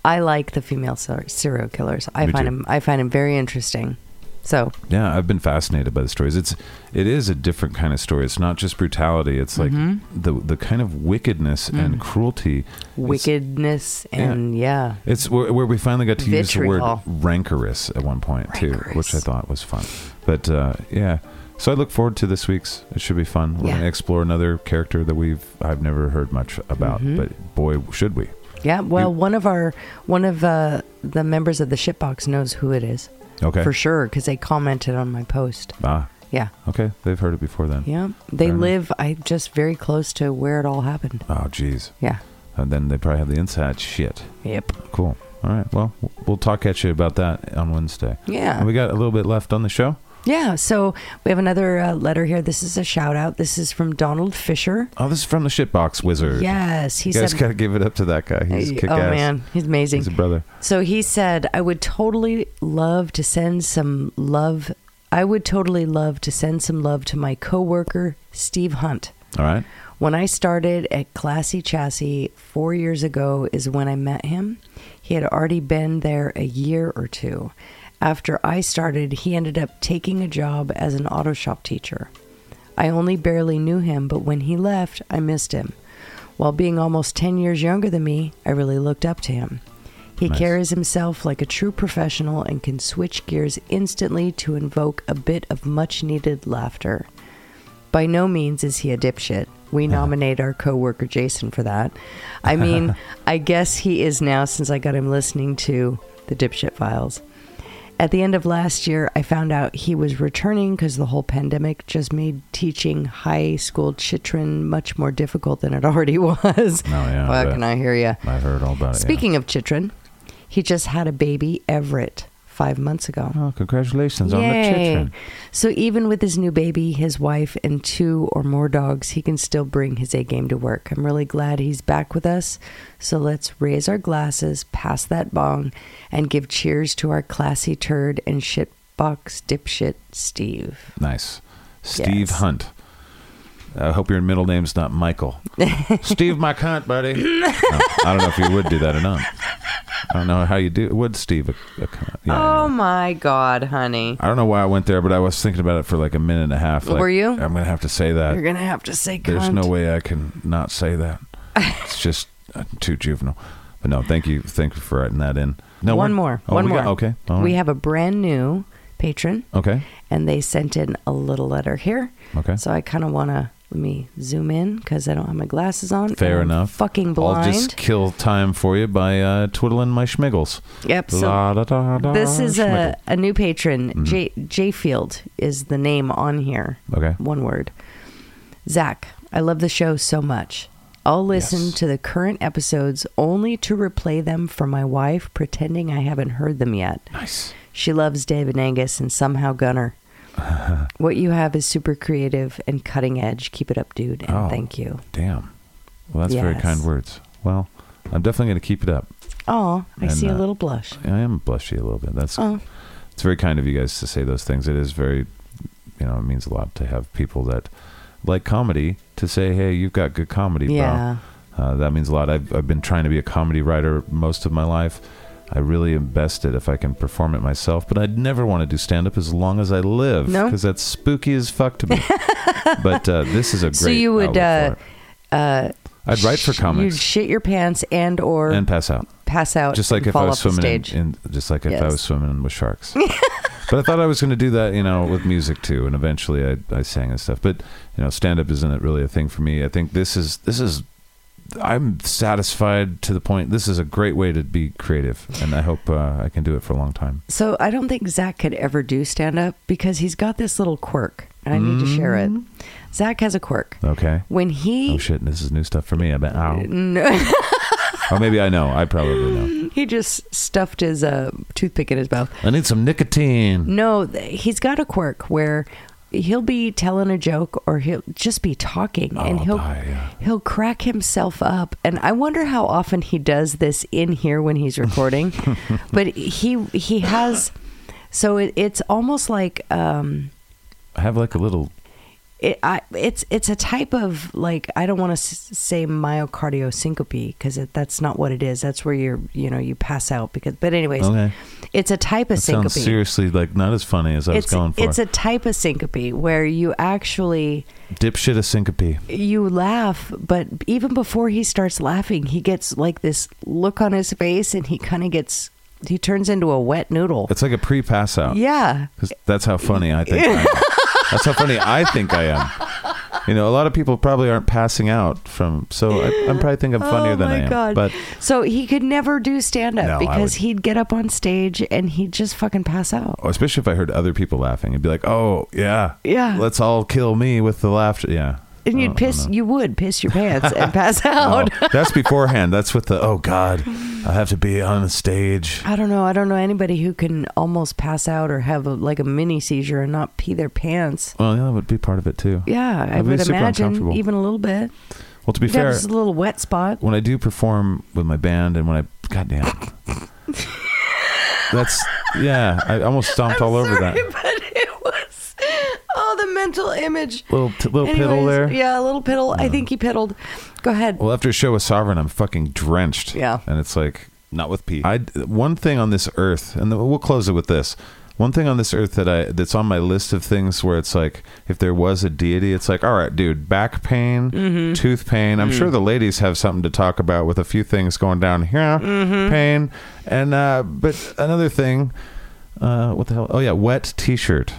I like the female ser- serial killers. I Me find too. them. I find them very interesting. So Yeah, I've been fascinated by the stories. It's it is a different kind of story. It's not just brutality. It's like the the kind of wickedness and cruelty. It's- wickedness yeah. and yeah. It's where, where we finally got to use Vitriol. the word rancorous at one point too, which I Rancorous. thought was fun. But uh, yeah, so I look forward to this week's. It should be fun. We're Yeah. going to explore another character that we've I've never heard much about, Mm-hmm. but boy, should we? yeah, Well, one of our one of uh, the members of the shitbox knows who it is Okay. for sure because they commented on my post. Ah, Yeah, okay. They've heard it before then. yeah. They Fair enough. live. I just very close to where it all happened. Oh, jeez. Yeah. And then they probably have the inside shit. Yep. Cool. All right. Well, w- we'll talk at you about that on Wednesday. Yeah. And we got a little bit left on the show. Yeah. So we have another uh, letter here. This is a shout out. This is from Donald Fisher. Oh, this is from the Shitbox Wizard. Yes, he You guys said. got to give it up to that guy. He's kick oh ass. man, he's amazing. He's a brother. So he said, I would totally love to send some love. I would totally love to send some love to my coworker, Steve Hunt. All right. When I started at Classy Chassis four years ago, is when I met him. He had already been there a year or two. After I started, he ended up taking a job as an auto shop teacher. I only barely knew him, but when he left, I missed him. While being almost 10 years younger than me, I really looked up to him. He carries himself like a true professional and can switch gears instantly to invoke a bit of much needed laughter. By no means is he a dipshit. We nominate our coworker Jason for that. I mean, I guess he is now since I got him listening to the Dipshit Files. At the end of last year, I found out he was returning because the whole pandemic just made teaching high school chitrin much more difficult than it already was. Oh, yeah, I bet. Fucking, I hear you. I've heard all about it. yeah. Speaking of chitrin, he just had a baby, Everett, five months ago. Oh, congratulations on the Yay. children. So even with his new baby, his wife, and two or more dogs, he can still bring his A game to work. I'm really glad he's back with us. So let's raise our glasses, pass that bong, and give cheers to our classy turd and shitbox dipshit Steve. Nice. Steve Yes. Hunt. I hope your middle name's not Michael. Steve my cunt, buddy. No, I don't know if you would do that or not. I don't know how you do. Would Steve? A, a, yeah, Oh anyway. my God, honey. I don't know why I went there, but I was thinking about it for like a minute and a half. Like, Were you? I'm gonna have to say that. You're going to have to say cunt. There's no way I can not say that. It's just uh, too juvenile. But no, thank you, thank you for writing that in. No one we're- more. Oh, One we more. got- okay. all We right. have a brand new patron, Okay. and they sent in a little letter here. Okay. So I kind of want to let me zoom in because I don't have my glasses on. Fair and I'm enough. Fucking blind. I'll just kill time for you by uh, twiddling my schmiggles. Yep. So La Mm-hmm. da da da, this is schmiggle. a, a new patron. J Jayfield is the name on here. Okay. One word. Zach, I love the show so much. I'll listen to the current episodes only to replay them for my wife, pretending I haven't heard them yet. nice. She loves David Angus and somehow Gunner. what you have is super creative and cutting edge. Keep it up, dude, and Oh. thank you. Damn. Well, that's very Yes. kind words. Well, I'm definitely going to keep it up. Oh, I And, see a uh, little blush. I am blushy a little bit. That's Oh. it's very kind of you guys to say those things. It is very, you know, it means a lot to have people that like comedy to say, "Hey, you've got good comedy, Yeah. bro." Uh, that means a lot. I've I've been trying to be a comedy writer most of my life. I really am best at if I can perform it myself, but I'd never want to do stand up as long as I live No? because that's spooky as fuck to me. but uh, this is a great. So you would, uh, outlet for it. I'd write for Sh- You'd comics shit your pants and or and pass out pass out. just like uh, and if fall I was off the swimming in, stage. in just like if I Yes. was swimming with sharks. but I thought I was going to do that, you know, with music too, and eventually I, I sang and stuff. But you know, stand up isn't really a thing for me. I think this is this is I'm satisfied to the point. This is a great way to be creative, and I hope uh, I can do it for a long time. So I don't think Zach could ever do stand up because he's got this little quirk, and I need to share it. Zach has a quirk. Okay. When he Mm-hmm. Oh shit! This is new stuff for me. I bet. Ow. oh, maybe I know. I probably know. he just stuffed his uh, toothpick in his mouth. I need some nicotine. No, th- he's got a quirk where he'll be telling a joke or he'll just be talking and I'll he'll Oh, die, yeah. he'll crack himself up and I wonder how often he does this in here when he's recording. but he he has so it, it's almost like um I have like a little. it, I, it's it's a type of like I don't want to s- say myocardial syncope because that's not what it is. That's where you're you know you pass out because. But anyways, Okay. it's a type of That syncope sounds seriously like not as funny as I was it's, going for. It's a type of syncope where you actually dipshit a syncope. you laugh, but even before he starts laughing, he gets like this look on his face, and he kind of gets he turns into a wet noodle. It's like a pre-pass out. yeah, 'Cause that's how funny I think. I am. That's how funny I think I am. You know, a lot of people probably aren't passing out from. So I, I probably think I'm funnier oh than my I am. God. But so he could never do stand up No, I because would- he'd get up on stage and he'd just fucking pass out. oh, especially if I heard other people laughing, it'd be like, "Oh yeah, Yeah. let's all kill me with the laughter." Yeah. And I you'd don't- I piss, don't know. you would piss your pants and pass out. Oh, that's beforehand. That's with the. Oh God, I have to be on stage. I don't know. I don't know anybody who can almost pass out or have a, like a mini seizure and not pee their pants. Well, yeah, that would be part of it too. Yeah, I That'd be would super imagine uncomfortable. even a little bit. Well, to be You'd have fair, just a little wet spot. when I do perform with my band and when I goddamn that's yeah I almost stomped all over that but it was oh the mental image. little t- little piddle there Yeah, a little piddle. I think he piddled. Go ahead. well after a show with Sovereign I'm fucking drenched Yeah. and it's like Not with Pete. I one thing on this earth and we'll close it with this one thing on this earth that I that's on my list of things where it's like if there was a deity it's like all right dude back pain tooth pain I'm sure the ladies have something to talk about with a few things going down here pain and uh but another thing uh, what the hell? Oh yeah, wet T-shirt.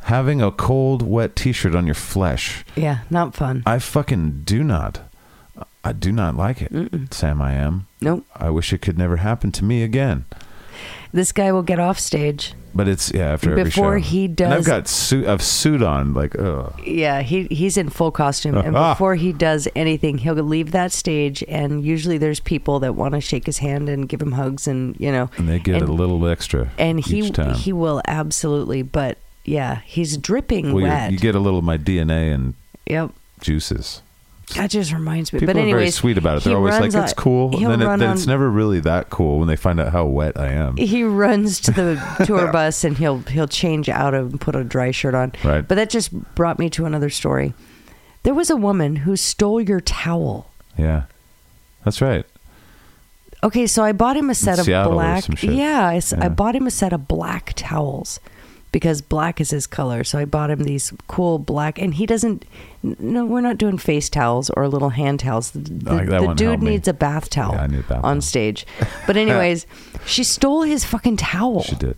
Having a cold, wet T-shirt on your flesh. yeah, not fun. I fucking do not. I do not like it, Sam. I am. nope. I wish it could never happen to me again. This guy will get off stage. But it's yeah after every show. Before he and I've does- got suit. I've suit on like ugh. Yeah, he he's in full costume, and Ah. before he does anything, he'll leave that stage. And usually, there's people that want to shake his hand and give him hugs, and you know, and they get a little extra. and each he time. he will absolutely, but yeah, he's dripping well, wet. you- you get a little of my DNA and yep. juices. That just reminds me. People but anyways, are very sweet about it. he They're always like, runs "It's on- cool," and he'll then, it, run then it's on- never really that cool when they find out how wet I am. He runs to the tour bus and he'll he'll change out of and put a dry shirt on. Right. But that just brought me to another story. There was a woman who stole your towel. Yeah, that's right. Okay, so I bought him a set of Seattle or black. some shit. Yeah, I, s- I bought him a set of black towels because black is his color. So I bought him these cool black, and he doesn't. n- No, we're not doing face towels or little hand towels. The, Like, that the wouldn't help dude me. needs a bath towel Yeah, I need a bath on towel. stage. But anyways, she stole his fucking towel. She did.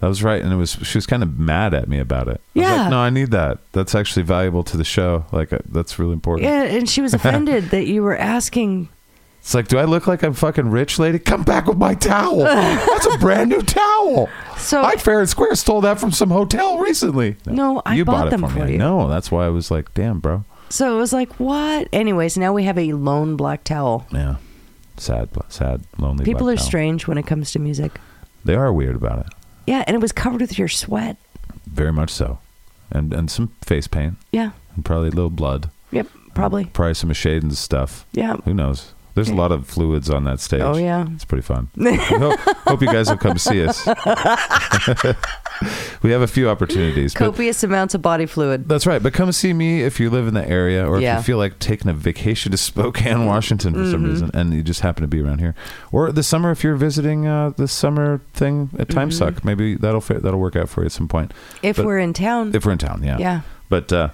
That was right, and it was. She was kind of mad at me about it. I was Yeah. like, no, I need that. That's actually valuable to the show. Like uh, that's really important. Yeah, and she was offended that you were asking. It's like, do I look like I'm fucking rich, lady? Come back with my towel. That's a brand new towel. So I fair and square stole that from some hotel recently. No, I you bought bought it them for, for me. you. No, that's why I was like, damn, bro. so it was like what? Anyways, now we have a lone black towel. Yeah, sad, bl- sad, lonely. People black are towel. strange when it comes to music. They are weird about it. Yeah, and it was covered with your sweat. Very much so, and and some face paint Yeah. and probably a little blood. Yep. Probably. Probably some shade and stuff. Yeah. Who knows? There's a lot of fluids on that stage. Oh, yeah. it's pretty fun. We hope, hope you guys will come see us. we have a few opportunities. but- Copious amounts of body fluid. That's right. But come see me if you live in the area or if Yeah. Mm-hmm. you feel like taking a vacation to Spokane, Washington for some reason and you just happen to be around here. Or this summer if you're visiting uh, the summer thing at Time Mm-hmm. Suck, maybe that'll fit, that'll work out for you at some point. If But- we're in town. If we're in town, yeah. Yeah. But uh,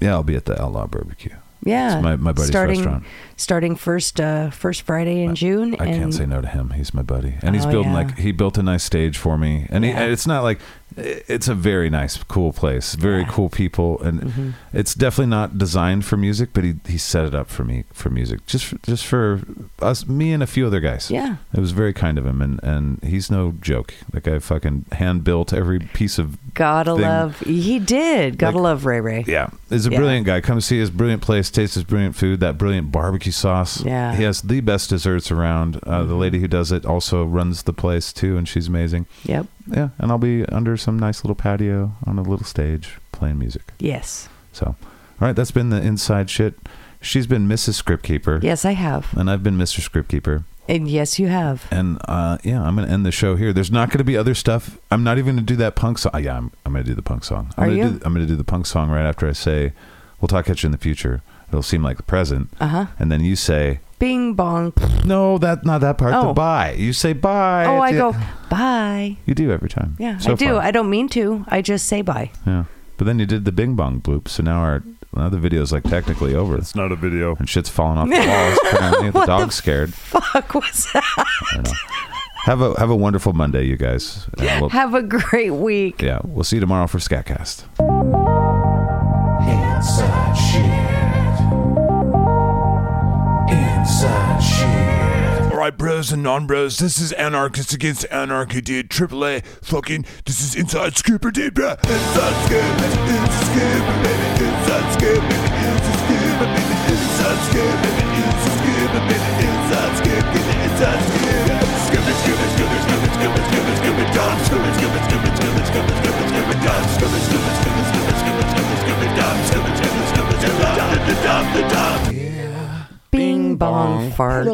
yeah, I'll be at the Outlaw Barbecue. yeah. it's my- my buddy's starting, restaurant. Starting first uh first Friday in June. I and can't say no to him. He's my buddy, and he's Oh, building yeah. like he built a nice stage for me, and, he, Yeah. and it's not like it's a very nice, cool place, very cool people, and Mm-hmm. it's definitely not designed for music, but he, he set it up for me for music, just for, just for us, me and a few other guys. Yeah. it was very kind of him, and and he's no joke. Like I fucking hand built every piece of Gotta thing. love. He did. Gotta Like- love Ray Ray. Yeah, he's a Yeah. brilliant guy. Come see his brilliant place, taste his brilliant food, that brilliant barbecue sauce. Yeah. Mm-hmm. he has the best desserts around. Uh, The lady who does it also runs the place too, and she's amazing. Yep. Yeah, and I'll be under some nice little patio on a little stage playing music. Yes. So, all right, that's been the inside shit. She's been Mrs. Scriptkeeper, Yes, I have. and I've been Mr. Scriptkeeper. And yes, you have. And uh, yeah, I'm gonna end the show here. There's not gonna be other stuff. I'm not even gonna do that punk song. Yeah, I'm, I'm gonna do the punk song. I'm Are gonna you? Do, I'm gonna do the punk song right after I say, "We'll talk at you in the future." It'll seem like the present. Uh huh. And then you say, Bing bong. "No, that not that part. The Oh. bye." You say bye. Oh, at I the- go bye. You do every time. Yeah, So I do. far. I don't mean to. I just say bye. yeah. But then you did the bing bong bloop, so now our now the video's like technically over. It's not a video. And shit's falling off the walls. Apparently, the What the dog's scared. Fuck was that? Have a have a wonderful Monday, you guys. And we'll, Have a great week. yeah, we'll see you tomorrow for Scatcast. Inside shit. Inside shit. All right, bros and non-bros, this is Anarchist Against Anarchy, dude. Triple A, fucking, this is Inside Scooper, dude, bruh. Inside Scooper, Inside Scooper, baby. Inside Scooper, Inside Scooper, baby. Inside Scooper, Inside Scooper, baby. Inside Scooper, Inside Scooper. Scooper, Scooper, Scooper, Scooper, Scooper, Scooper, Scooper, Don. Scooper, Scooper, Scooper, Scooper, Scooper, Scooper, Scooper, Don. Scooper, Scooper, Scooper, Scooper, Scooper, Scooper, Scooper, Don. Scooper, Scooper, Scooper, Scooper, Don. The Don, the Don. Bing bong fart.